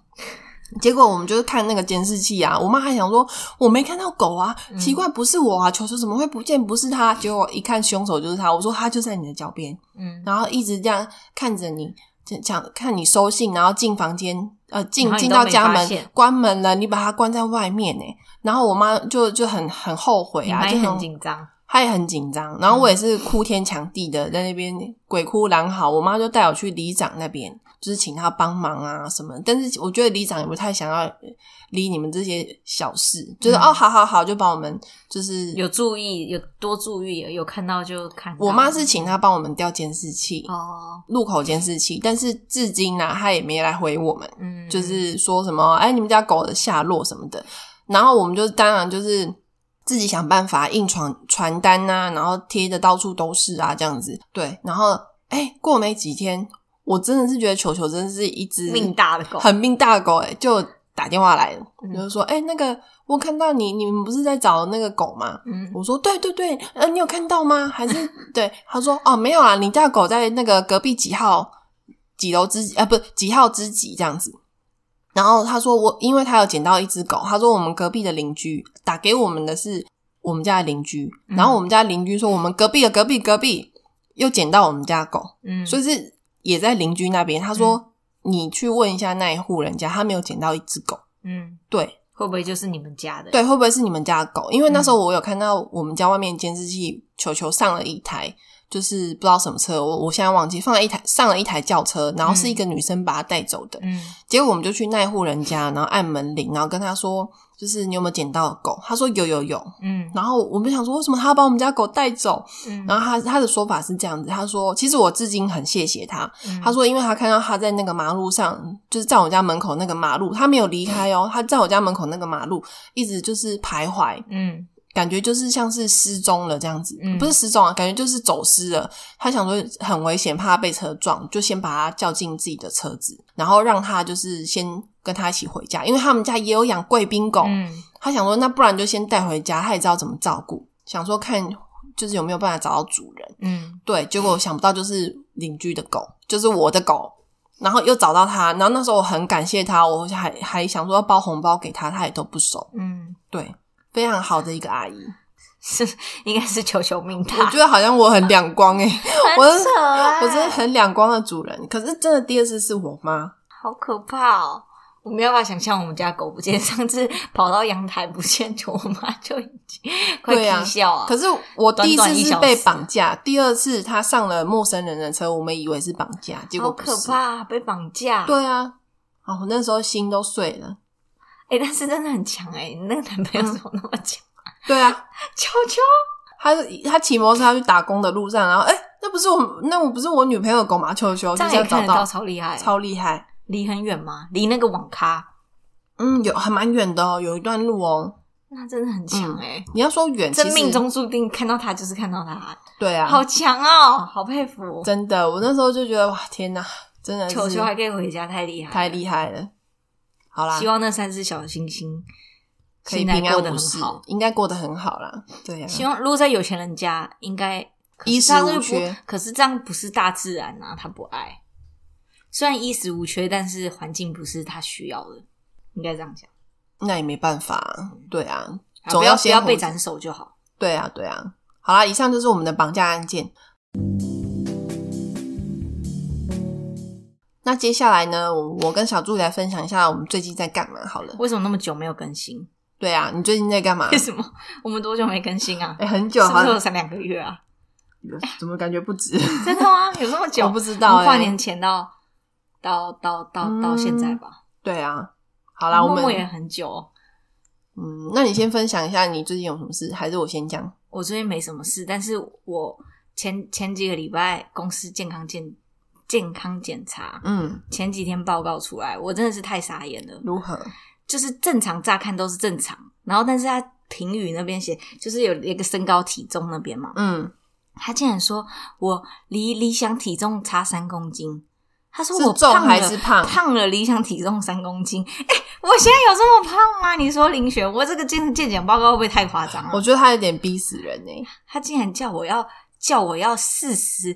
Speaker 1: 结果我们就是看那个监视器啊，我妈还想说我没看到狗啊，
Speaker 2: 嗯
Speaker 1: 奇怪不是我啊，球球怎么会不见？不是他，结果一看凶手就是他，我说他就在你的脚边，
Speaker 2: 嗯，
Speaker 1: 然后一直这样看着你，这讲看你收信，然后进房间，呃，进
Speaker 2: 然后你
Speaker 1: 进
Speaker 2: 都
Speaker 1: 到
Speaker 2: 没
Speaker 1: 家
Speaker 2: 发
Speaker 1: 门
Speaker 2: 现
Speaker 1: 关门了，你把它关在外面呢、然后我妈就就很很后悔
Speaker 2: 你
Speaker 1: 啊，
Speaker 2: 妈
Speaker 1: 就
Speaker 2: 也很紧张。
Speaker 1: 他也很紧张，然后我也是哭天抢地的在那边
Speaker 2: 嗯
Speaker 1: 鬼哭狼嚎，我妈就带我去里长那边，就是请他帮忙啊什么。但是我觉得里长也不太想要理你们这些小事，就是、
Speaker 2: 嗯
Speaker 1: 哦，好好好，就把我们就是
Speaker 2: 有注意，有多注意，有有看到就看到。
Speaker 1: 我妈是请他帮我们调监视器，
Speaker 2: 哦，
Speaker 1: 路口监视器，但是至今呢、啊，他也没来回我们。
Speaker 2: 嗯，
Speaker 1: 就是说什么哎，你们家狗的下落什么的。然后我们就当然就是自己想办法印传传单呐、然后贴的到处都是啊，这样子。对，然后哎，过没几天，我真的是觉得球球真的是一只
Speaker 2: 命大的狗，
Speaker 1: 很命大的狗哎、就打电话来了，
Speaker 2: 嗯
Speaker 1: 就是说哎，那个我看到你，你们不是在找那个狗吗？
Speaker 2: 嗯，
Speaker 1: 我说对对对，呃，你有看到吗？还是对？他说哦，没有啦，你家狗在那个隔壁几号几楼之呃，不几号之几这样子。然后他说我，因为他有捡到一只狗，他说我们隔壁的邻居打给我们的是我们家的邻居，然后我们家邻居说我们隔壁的隔壁隔壁又捡到我们家狗，
Speaker 2: 嗯，
Speaker 1: 所以是也在邻居那边。他说、你去问一下那一户人家，他没有捡到一只狗，
Speaker 2: 嗯，
Speaker 1: 对，
Speaker 2: 会不会就是你们家的？，
Speaker 1: 对，会不会是你们家的狗？因为那时候我有看到我们家外面监视器，球球上了一台，就是不知道什么车，我我现在忘记，放了一台上了一台轿车，然后是一个女生把她带走的。
Speaker 2: 嗯
Speaker 1: 结果我们就去那户人家，然后按门铃，然后跟她说，就是你有没有捡到狗？她说有有有。
Speaker 2: 嗯
Speaker 1: 然后我们想说，为什么她要把我们家狗带走？
Speaker 2: 嗯，
Speaker 1: 然后她她的说法是这样子，她说，其实我至今很谢谢她，
Speaker 2: 嗯
Speaker 1: 他说，因为他看到他在那个马路上，就是在我家门口那个马路，他没有离开哦，他在我家门口那个马路一直就是徘徊，
Speaker 2: 嗯
Speaker 1: 感觉就是像是失踪了这样子，
Speaker 2: 嗯
Speaker 1: 不是失踪啊，感觉就是走失了。他想说很危险，怕被车撞，就先把他叫进自己的车子，然后让他就是先跟他一起回家，因为他们家也有养贵宾狗，
Speaker 2: 嗯
Speaker 1: 他想说，那不然就先带回家，他也知道怎么照顾，想说看就是有没有办法找到主人。
Speaker 2: 嗯
Speaker 1: 对，结果想不到就是邻居的狗，就是我的狗，然后又找到他，然后那时候我很感谢他，我还还想说要包红包给他，他也都不收，
Speaker 2: 嗯，
Speaker 1: 对，非常好的一个 阿姨，
Speaker 2: 是应该是求求命
Speaker 1: 我
Speaker 2: 大
Speaker 1: 觉，得好像我很两 光诶、
Speaker 2: 很
Speaker 1: 我
Speaker 2: 扯啊，
Speaker 1: 我真的很两光的主人，可是真的第二次是我妈，
Speaker 2: 好可怕哦！我没有办法想象我们家狗不见，上次跑到阳台不见，就我妈就已经快
Speaker 1: 对啊
Speaker 2: 气笑啊！
Speaker 1: 可是我第一
Speaker 2: 短
Speaker 1: 次
Speaker 2: 短一
Speaker 1: 是
Speaker 2: 小时
Speaker 1: 被绑架，第二次她上了陌生人的车，我们以为是绑架，结果
Speaker 2: 好
Speaker 1: 不
Speaker 2: 可
Speaker 1: 是，
Speaker 2: 怕、被绑架。
Speaker 1: 对啊，哦，我那时候心都碎了，
Speaker 2: 哎、但是真的很强哎、你那个男
Speaker 1: 嗯
Speaker 2: 朋友怎么那么 强？
Speaker 1: 对啊，
Speaker 2: 球球，
Speaker 1: 他他骑摩托车去打工的路上，然后哎、那不是我，那我不是我女朋友的狗吗？球球
Speaker 2: 这
Speaker 1: 就是
Speaker 2: 样也
Speaker 1: 要
Speaker 2: 看
Speaker 1: 找
Speaker 2: 得
Speaker 1: 到
Speaker 2: 到，，超厉害。
Speaker 1: 超厉害。
Speaker 2: 离很远吗？离那个网咖，
Speaker 1: 嗯，有还蛮远的哦，有一段路哦。
Speaker 2: 那真的很强哎、
Speaker 1: 你要说远，
Speaker 2: 这
Speaker 1: 其实
Speaker 2: 命中注定看到他就是看到他，
Speaker 1: 嗯对啊，
Speaker 2: 好强哦，好佩服！
Speaker 1: 真的，我那时候就觉得哇，天哪，真的是
Speaker 2: 球球还可以回家，太厉害了，
Speaker 1: 太厉害了。好啦
Speaker 2: 希，望那三只小星星
Speaker 1: 可以
Speaker 2: 现在
Speaker 1: 平安
Speaker 2: 过得
Speaker 1: 无
Speaker 2: 很
Speaker 1: 事
Speaker 2: 好。，
Speaker 1: 应该过得很好啦。对啊，
Speaker 2: 希望如果在有钱人家，应该可
Speaker 1: 衣
Speaker 2: 是
Speaker 1: 食
Speaker 2: 他就
Speaker 1: 无
Speaker 2: 不
Speaker 1: 缺。
Speaker 2: 可是这样不是大自然啊，他不爱。虽然衣食无缺，但是环境不是他需要的，应该这样讲。
Speaker 1: 那也没办法，对啊，
Speaker 2: 啊
Speaker 1: 总
Speaker 2: 不要不
Speaker 1: 先
Speaker 2: 要
Speaker 1: 活
Speaker 2: 被
Speaker 1: 着
Speaker 2: 斩首就好。
Speaker 1: 对啊，对啊。好啦，以上就是我们的绑架案件。那接下来呢，我我跟小助理来分享一下我们最近在干嘛好了。
Speaker 2: 为什么那么久没有更新？
Speaker 1: 对啊，你最近在干嘛
Speaker 2: 为？什么我们多久没更新啊？
Speaker 1: 哎、很久
Speaker 2: 是不
Speaker 1: 好
Speaker 2: 是有
Speaker 1: 像
Speaker 2: 三两个月啊？
Speaker 1: 怎么感觉不止？
Speaker 2: 真的吗？有这么久？
Speaker 1: 我不知道
Speaker 2: 从跨
Speaker 1: 哎
Speaker 2: 年前到到到到
Speaker 1: 嗯
Speaker 2: 到现在吧。
Speaker 1: 对啊，好
Speaker 2: 好
Speaker 1: 啦，我们
Speaker 2: 默默也很久哦。
Speaker 1: 嗯，那你先分享一下你最近有什么事，还是我先讲？
Speaker 2: 我最近没什么事，但是我前前几个礼拜公司健康检健康检查，
Speaker 1: 嗯，
Speaker 2: 前几天报告出来，我真的是太傻眼了。
Speaker 1: 如何？
Speaker 2: 就是正常乍看都是正常，然后但是他评语那边写，就是有一个身高体重那边嘛，
Speaker 1: 嗯，
Speaker 2: 他竟然说我离理想体重差三公斤。他说
Speaker 1: 是
Speaker 2: 我
Speaker 1: 重
Speaker 2: 胖了
Speaker 1: 还是胖
Speaker 2: 胖了理想体重三公斤。哎、我现在有这么胖吗？你说林雪，我这个健健检报告会不会太夸张了、
Speaker 1: 我觉得他有点逼死人呢、欸
Speaker 2: 他竟然叫我要叫我要四十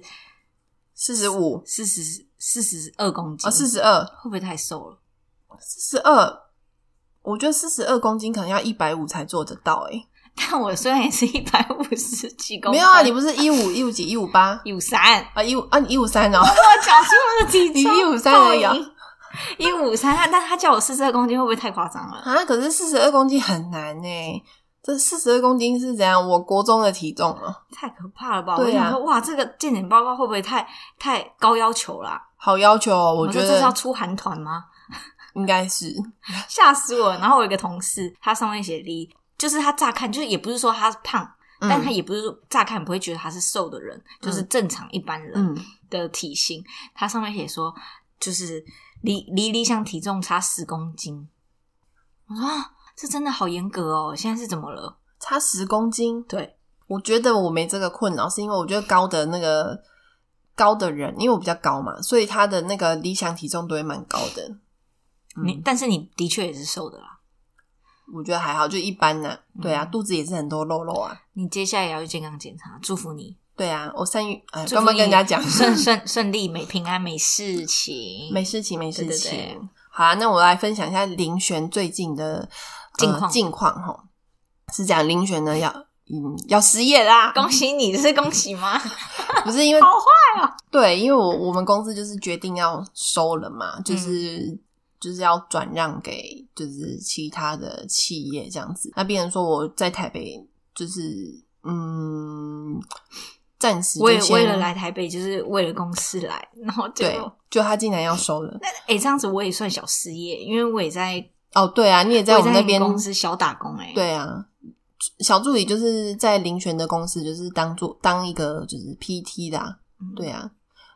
Speaker 1: 四十五
Speaker 2: 四十四十二公斤，
Speaker 1: 哦，四十二，
Speaker 2: 会不会太瘦了？
Speaker 1: 四十二，我觉得四十二公斤可能要一百五才做得到哎、
Speaker 2: 但我虽然也是一百五十几公分，
Speaker 1: 没有啊，你不是一五 一五几一五八
Speaker 2: 一 五三，
Speaker 1: 啊一五啊你一五三哦，
Speaker 2: 我讲出我的体
Speaker 1: 你
Speaker 2: 重，
Speaker 1: 153而已啊
Speaker 2: 一五三，啊但但他叫我四十二公斤，会不会太夸张了？
Speaker 1: 啊可是四十二公斤很难呢、这四十二公斤是怎样？我国中的体重啊，
Speaker 2: 太可怕了吧！我
Speaker 1: 对啊
Speaker 2: 就想说，哇，这个健检报告会不会太太高要求啦、
Speaker 1: 好要求哦，我觉
Speaker 2: 说这是要
Speaker 1: 得
Speaker 2: 出韩 团吗？
Speaker 1: 应该是
Speaker 2: 吓死我了！然后我有一个同事，他上面写离，就是他乍看就是也不是说他胖，
Speaker 1: 嗯
Speaker 2: 但他也不是说乍看不会觉得他是瘦的人，就是正常一般人。
Speaker 1: 嗯
Speaker 2: 的体型，它上面写说就是离离理想体重差十公斤。我说啊，这真的好严格哦！现在是怎么了？
Speaker 1: 差十公斤，
Speaker 2: 对，
Speaker 1: 我觉得我没这个困扰，是因为我觉得高的那个高的人，因为我比较高嘛，所以他的那个理想体重都会蛮高的。嗯
Speaker 2: 你、但是你的确也是瘦的啦。
Speaker 1: 我觉得还好，就一般呐、对啊，
Speaker 2: 嗯
Speaker 1: 肚子也是很多肉肉啊。
Speaker 2: 你接下来也要去健康检查，祝福你，
Speaker 1: 对啊，我三月哎，
Speaker 2: 祝
Speaker 1: 专
Speaker 2: 福
Speaker 1: 门
Speaker 2: 你
Speaker 1: 跟人家 讲
Speaker 2: 顺顺顺利，没平安，没事情，
Speaker 1: 没事情，没事
Speaker 2: 对对
Speaker 1: 情。
Speaker 2: 对
Speaker 1: 好啊，那我来分享一下林璇最近的
Speaker 2: 近况
Speaker 1: 呃近况哈，是讲林璇呢要嗯要失业啦，
Speaker 2: 恭喜你，这是恭喜吗？
Speaker 1: 不是因为
Speaker 2: 好哦
Speaker 1: 坏啊，对，因为我我们公司就是决定要收了嘛，
Speaker 2: 嗯
Speaker 1: 就是。就是要转让给就是其他的企业这样子，那变成说我在台北就是嗯暂时就
Speaker 2: 为
Speaker 1: 先
Speaker 2: 为了来台北，就是为了公司来，然后就
Speaker 1: 对，就他竟然要收了。
Speaker 2: 哎、这样子我也算小失业，因为我也在
Speaker 1: 哦，对啊，你也在
Speaker 2: 我
Speaker 1: 我
Speaker 2: 也
Speaker 1: 们那边
Speaker 2: 公司小打工哎、欸，，
Speaker 1: 对啊，小助理就是在林权的公司，就是当做当一个就是 PT 啦，
Speaker 2: 嗯
Speaker 1: 对啊，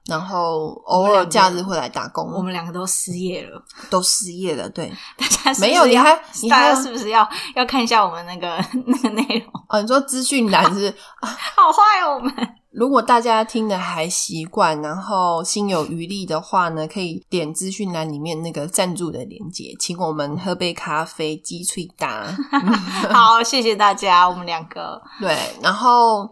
Speaker 1: 然后偶
Speaker 2: 我们两
Speaker 1: 尔
Speaker 2: 个
Speaker 1: 假日会来打工，
Speaker 2: 我们两个都失业了，
Speaker 1: 都失业了，对，
Speaker 2: 大家是不是
Speaker 1: 没有你
Speaker 2: 要
Speaker 1: 还你还
Speaker 2: 大
Speaker 1: 要
Speaker 2: 家是不是要要看一下我们那个 那个内容？
Speaker 1: 哦，你说资讯栏是不是
Speaker 2: 好坏哦，我 们
Speaker 1: 如果大家听的还习惯，然后心有余力的话呢，可以点资讯栏里面那个赞助的链接，请我们喝杯咖啡，鸡脆 搭。
Speaker 2: 好，谢谢大家，我们两个
Speaker 1: 对，然后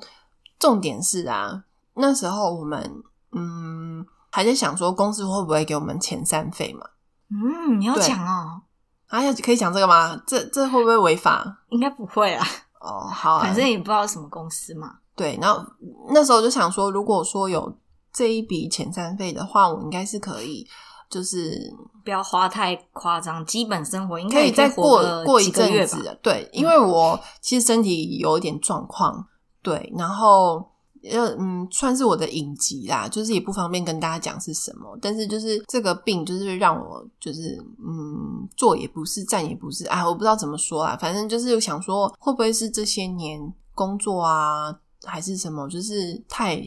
Speaker 1: 重点是啊，那时候我们嗯还在想说公司会不会给我们遣散费嘛？
Speaker 2: 嗯，你要
Speaker 1: 对
Speaker 2: 讲哦，
Speaker 1: 啊，要可以讲这个吗？这这会不会违法？
Speaker 2: 应该不会啦，
Speaker 1: 哦，好、啊，
Speaker 2: 反正也不知道什么公司嘛，
Speaker 1: 对，然后那时候就想说，如果说有这一笔遣散费的话，我应该是可以，就是
Speaker 2: 不要花太夸张，基本生活应
Speaker 1: 可
Speaker 2: 该
Speaker 1: 以
Speaker 2: 也
Speaker 1: 再
Speaker 2: 活
Speaker 1: 过
Speaker 2: 个
Speaker 1: 过一
Speaker 2: 几个月
Speaker 1: 阵子。
Speaker 2: 吧嗯
Speaker 1: 的。对，因为我其实身体有一点状况，对，然后呃嗯，算是我的隐疾啦，就是也不方便跟大家讲是什么，但是就是这个病就是让我就是嗯坐也不是，站也不是，哎，我不知道怎么说啦，反正就是想说会不会是这些年工作啊还是什么，就是太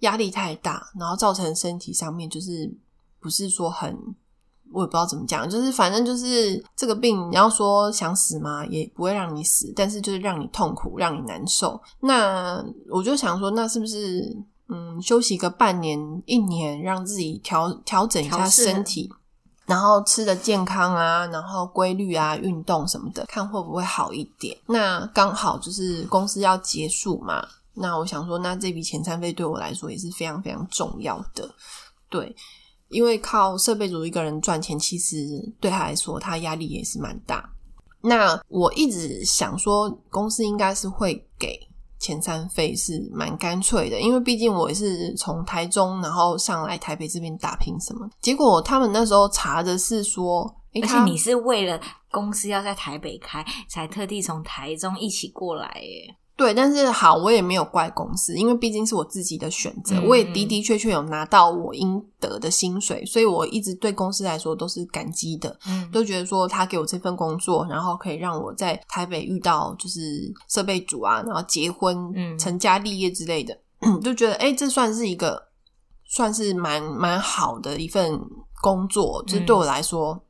Speaker 1: 压力太大，然后造成身体上面就是不是说很，我也不知道怎么讲，就是反正就是这个病，你要说想死吗，也不会让你死，但是就是让你痛苦，让你难受。那我就想说，那是不是嗯，休息个半年、一年，让自己调调整一下
Speaker 2: 调试
Speaker 1: 身体。然后吃的健康啊，然后规律啊，运动什么的，看会不会好一点。那刚好就是公司要结束嘛，那我想说，那这笔遣散费对我来说也是非常非常重要的，对，因为靠设备组一个人赚钱，其实对他来说，他压力也是蛮大。那我一直想说，公司应该是会给遣散费，是蛮干脆的，因为毕竟我也是从台中然后上来台北这边打拼什么的。结果他们那时候查的是说，诶
Speaker 2: 而且
Speaker 1: 他
Speaker 2: 你是为了公司要在台北开，才特地从台中一起过来欸耶。
Speaker 1: 对，但是好，我也没有怪公司，因为毕竟是我自己的选择，
Speaker 2: 嗯
Speaker 1: 我也的的确确有拿到我应得的薪水，所以我一直对公司来说都是感激的，
Speaker 2: 嗯，
Speaker 1: 都觉得说他给我这份工作，然后可以让我在台北遇到就是设备组啊，然后结婚、
Speaker 2: 嗯
Speaker 1: 成家立业之类的， 就觉得哎、诶这算是一个算是蛮蛮好的一份工作，就是
Speaker 2: 嗯
Speaker 1: 对我来说，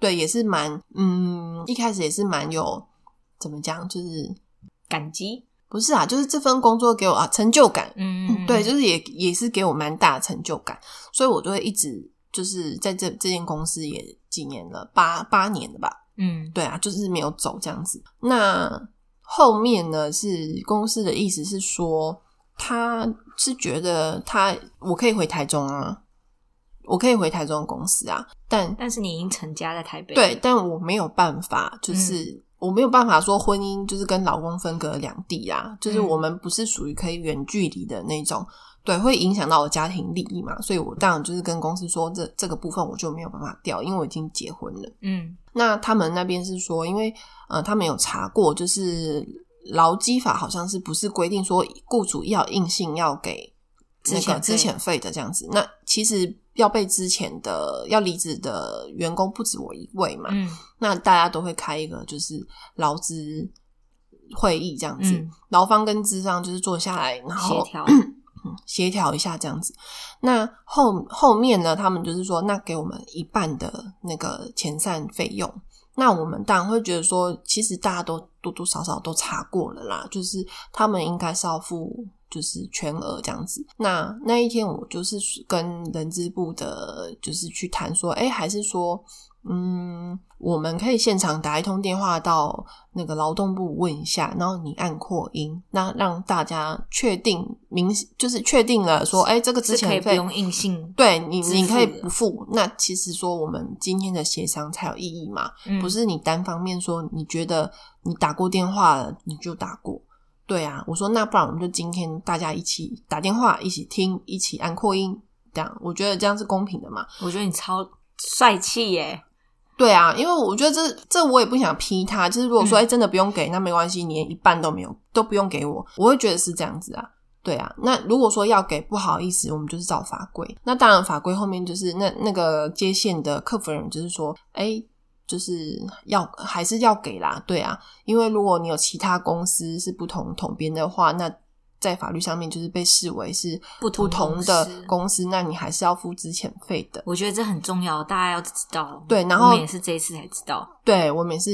Speaker 1: 对也是蛮嗯，一开始也是蛮有怎么讲，就是。
Speaker 2: 感激。
Speaker 1: 不是啊，就是这份工作给我啊成就感，
Speaker 2: 嗯，
Speaker 1: 对，就是也也是给我蛮大的成就感，所以我就会一直就是在这这间公司也几年了，八八年了吧，
Speaker 2: 嗯
Speaker 1: 对啊，就是没有走这样子。那后面呢是公司的意思是说，他是觉得他我可以回台中啊，我可以回台中公司啊，但
Speaker 2: 但是你已经成家在台北，嗯
Speaker 1: 对，，但我没有办法，就是、我没有办法说婚姻就是跟老公分隔两地啊，就是
Speaker 2: 嗯
Speaker 1: 我们不是属于可以远距离的那种，对，会影响到我家庭利益嘛，所以我当然就是跟公司说这这个部分我就没有办法调，因为我已经结婚了。
Speaker 2: 嗯
Speaker 1: 那他们那边是说，因为呃，他们有查过，就是劳基法好像是不是规定说雇主要硬性要给那
Speaker 2: 资遣
Speaker 1: 个
Speaker 2: 费
Speaker 1: 资遣费的这样子？那其实要被资遣的要离职的员工不止我一位嘛，
Speaker 2: 嗯
Speaker 1: 那大家都会开一个就是劳资会议这样子，
Speaker 2: 嗯
Speaker 1: 劳方跟资方就是坐下来，然后嗯
Speaker 2: 协
Speaker 1: 协
Speaker 2: 调
Speaker 1: 调一下这样子。那后后面呢，他们就是说，那给我们一半的那个遣散费用。那我们当然会觉得说，其实大家都多多少少都查过了啦，就是他们应该是要付就是全额这样子。那那一天我就是跟人资部的，就是去谈说，哎、还是说，嗯，我们可以现场打一通电话到那个劳动部问一下，然后你按扩音，那让大家确定明，就是确定了说，哎、这个之
Speaker 2: 是可以
Speaker 1: 前
Speaker 2: 不
Speaker 1: 费
Speaker 2: 用硬性，
Speaker 1: 对你，
Speaker 2: 支
Speaker 1: 你
Speaker 2: 付
Speaker 1: 可以
Speaker 2: 的
Speaker 1: 不付。那其实说我们今天的协商才有意义嘛，
Speaker 2: 嗯
Speaker 1: 不是你单方面说你觉得你打过电话了你就打过。对啊，我说那不然我们就今天大家一起打电话，一起听，一起按扩音，这样我觉得这样是公平的嘛。
Speaker 2: 我觉得你超帅气耶，
Speaker 1: 对啊，因为我觉得这这我也不想批他，就是如果说
Speaker 2: 嗯
Speaker 1: 哎、诶真的不用给，那没关系，你连一半都没有都不用给我，我会觉得是这样子啊。对啊，那如果说要给不好意思，我们就是找法规。那当然，法规后面就是那那个接线的客服人员就是说，哎，就是要还是要给啦，对啊，因为如果你有其他公司是不同统编的话，那在法律上面就是被视为是
Speaker 2: 不同
Speaker 1: 不同
Speaker 2: 公
Speaker 1: 的
Speaker 2: 司
Speaker 1: 公司，那你还是要付之前费的。
Speaker 2: 我觉得这很重要，大家要知道。
Speaker 1: 对然后
Speaker 2: 我们也是这一次才知道，
Speaker 1: 对我们也是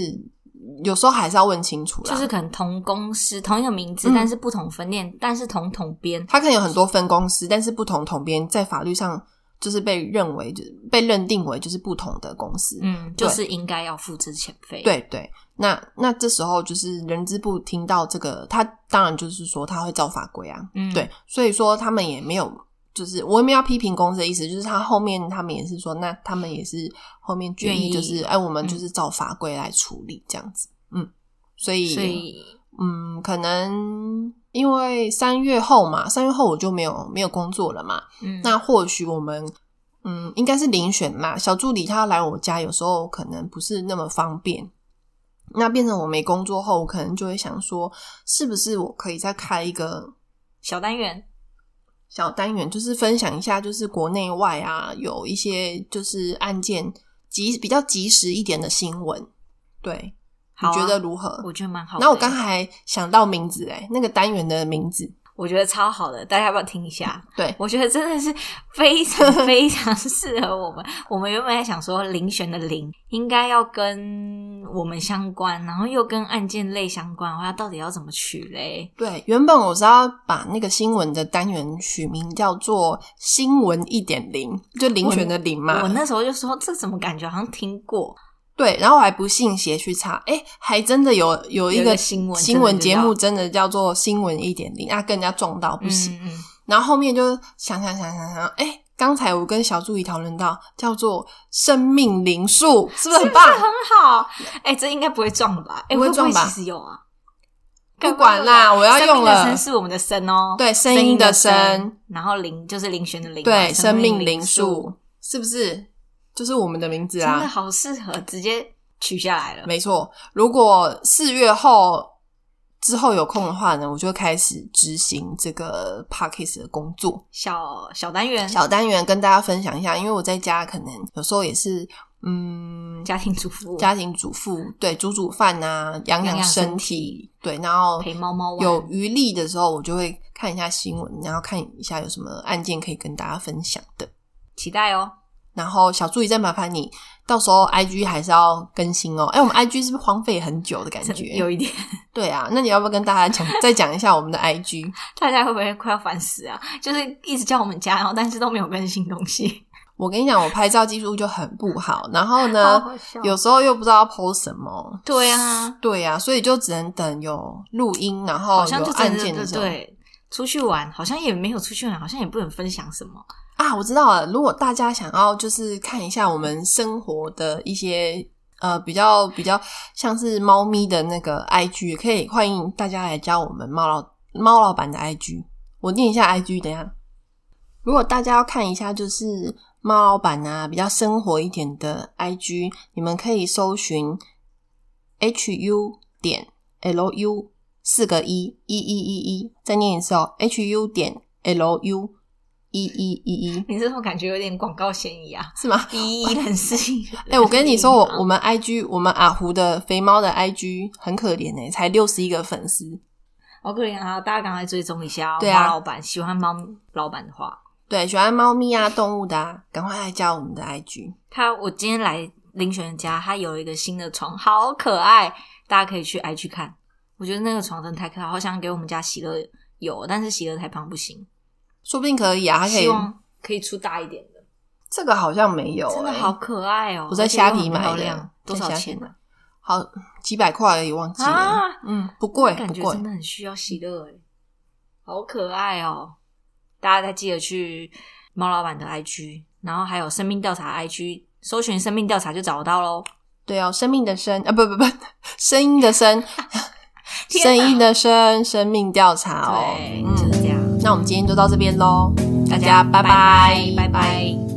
Speaker 1: 有时候还是要问清楚啦，
Speaker 2: 就是可能同公司同一个名字，
Speaker 1: 啊嗯
Speaker 2: 但是不同分店，但是同统编。
Speaker 1: 它可能有很多分公司，但是不同统编在法律上就是被认为就是被认定为就是不同的公司。
Speaker 2: 嗯，就是应该要付之前费。，
Speaker 1: 对对，那那这时候就是人资部听到这个，他当然就是说他会照法规啊，
Speaker 2: 嗯，
Speaker 1: 对，所以说他们也没有。就是我也没有要批评公司的意思，就是他后面他们也是说，那他们也是后面决
Speaker 2: 愿意
Speaker 1: 议就是，哎，我们
Speaker 2: 嗯
Speaker 1: 就是照法规来处理这样子，嗯，所以
Speaker 2: 所以
Speaker 1: 嗯，可能因为三月后嘛，三月后我就没有没有工作了嘛，
Speaker 2: 嗯，
Speaker 1: 那或许我们嗯，应该是遴选啦。小助理他来我家，有时候可能不是那么方便。那变成我没工作后，我可能就会想说，是不是我可以再开一个
Speaker 2: 小单元，
Speaker 1: 小单元，就是分享一下，就是国内外啊，有一些就是案件及比较及时一点的新闻。对，
Speaker 2: 好啊
Speaker 1: 你觉得如何？
Speaker 2: 我觉得蛮好的。
Speaker 1: 那我刚才还想到名字哎、那个单元的名字，
Speaker 2: 我觉得超好的，大家要不要听一下？
Speaker 1: 对
Speaker 2: 我觉得真的是非常非常适合我们。我们原本还想说遴选的遴应该要跟我们相关，然后又跟案件类相关，它到底要怎么取嘞？
Speaker 1: 对，原本我是要把那个新闻的单元取名叫做“新闻一点零”，就遴选的遴嘛。
Speaker 2: 我那时候就说这怎么感觉好像听过？
Speaker 1: 对，然后我还不信邪去查，哎，还真的有有一
Speaker 2: 有一个
Speaker 1: 个
Speaker 2: 新闻
Speaker 1: 新闻
Speaker 2: 真的
Speaker 1: 节
Speaker 2: 叫
Speaker 1: 目，真的叫做“新闻一点零”，啊，跟人家撞到不行。
Speaker 2: 嗯嗯，
Speaker 1: 然后后面就想想想想想，哎，刚才我跟小助理讨论到叫做“生命灵数”，是不是很棒？
Speaker 2: 很好。哎、这应该不会撞了吧？哎、
Speaker 1: 不会撞吧
Speaker 2: 会不会其实有啊。
Speaker 1: 不管啦我要用了
Speaker 2: 生命的声是我们的声哦，
Speaker 1: 对声
Speaker 2: 音
Speaker 1: 音的
Speaker 2: 声
Speaker 1: 声，
Speaker 2: 然后零就是遴选的零嘛，
Speaker 1: 对，生命
Speaker 2: 命
Speaker 1: 灵
Speaker 2: 数，
Speaker 1: 数是不是就是我们的名字
Speaker 2: 真
Speaker 1: 啊？
Speaker 2: 的好适合，直接取下来了。
Speaker 1: 没错，如果四月后之后有空的话呢，我就会开始执行这个 p a c k a g e 的工作。
Speaker 2: 小小单元，
Speaker 1: 小单元跟大家分享一下，因为我在家可能有时候也是，嗯，
Speaker 2: 家庭主妇，
Speaker 1: 家庭主妇，对，煮煮饭啊，养
Speaker 2: 养
Speaker 1: 养
Speaker 2: 养身
Speaker 1: 身体，对，然后
Speaker 2: 陪猫猫玩
Speaker 1: 有余力的时候，我就会看一下新闻，然后看一下有什么案件可以跟大家分享的。
Speaker 2: 期待哦。
Speaker 1: 然后小助理再麻烦你，到时候 IG 还是要更新哦。哎，我们 IG 是不是荒废很久的感
Speaker 2: 真
Speaker 1: 觉？
Speaker 2: 有一点，
Speaker 1: 对啊，那你要不要跟大家讲再讲一下我们的 IG？
Speaker 2: 大家会不会快要烦死啊？就是一直叫我们家，然后但是都没有更新东西，
Speaker 1: 我跟你讲，我拍照技术就很不好，然后
Speaker 2: 好
Speaker 1: 呢，
Speaker 2: 好笑。
Speaker 1: 呃有时候又不知道 PO 什么。
Speaker 2: 对啊，
Speaker 1: 对啊，所以就只能等有录音，然后
Speaker 2: 好像
Speaker 1: 哦有
Speaker 2: 就真
Speaker 1: 案
Speaker 2: 的
Speaker 1: 件的
Speaker 2: 对
Speaker 1: 时候
Speaker 2: 对，出去玩好像也没有出去玩，好像也不能分享什么。
Speaker 1: 啊，我知道了。如果大家想要就是看一下我们生活的一些呃比较比较像是猫咪的那个 IG，可以欢迎大家来加我们猫老猫老板的 IG。我念一下 IG，等一下。如果大家要看一下就是猫老板啊比较生活一点的 IG，你们可以搜寻 hu 点 lu 四个一一一一一，再念一次哦，hu 点 lu 一一一一，
Speaker 2: 你这种感觉有点广告嫌疑啊，
Speaker 1: 是 吗？
Speaker 2: 一一人事。
Speaker 1: 哎、我跟你说，我我们 IG 我们阿胡的肥猫的 IG 很可怜哎、才六十一个粉丝。
Speaker 2: 好可怜啊！大家赶快追踪一下哦。
Speaker 1: 对啊
Speaker 2: 猫老板喜欢猫老板的话，
Speaker 1: 对，喜欢猫咪啊、动物的、啊，赶快来加我们的 IG。
Speaker 2: 他我今天来林璇家，他有一个新的床，好可爱，大家可以去 IG 看。我觉得那个床真的太可爱，好想给我们家喜乐有，但是喜乐太胖不行，
Speaker 1: 说不定可以啊，它可以
Speaker 2: 希。望可以出大一点的。
Speaker 1: 这个好像没有、欸，
Speaker 2: 真的好可爱哦！
Speaker 1: 我在虾皮
Speaker 2: 而且又很
Speaker 1: 买的
Speaker 2: 漂亮，多少
Speaker 1: 在虾皮
Speaker 2: 钱
Speaker 1: 买
Speaker 2: 呢？
Speaker 1: 好几百块而已，忘记了。
Speaker 2: 啊，
Speaker 1: 嗯，不贵，
Speaker 2: 感
Speaker 1: 不
Speaker 2: 觉
Speaker 1: 贵
Speaker 2: 真。的很需要喜乐哎，好可爱哦！大家再记得去猫老板的 IG，然后还有生命调查 IG，搜寻生命调查就找得到喽。
Speaker 1: 对哦，生命的生啊，不不不，声音的声，
Speaker 2: 天
Speaker 1: 声音的声，生命调查哦。
Speaker 2: 对，就
Speaker 1: 嗯，
Speaker 2: 是这样，
Speaker 1: 那我们今天就到这边喽，大
Speaker 2: 大
Speaker 1: 家
Speaker 2: 家
Speaker 1: 拜拜，
Speaker 2: 拜拜。拜拜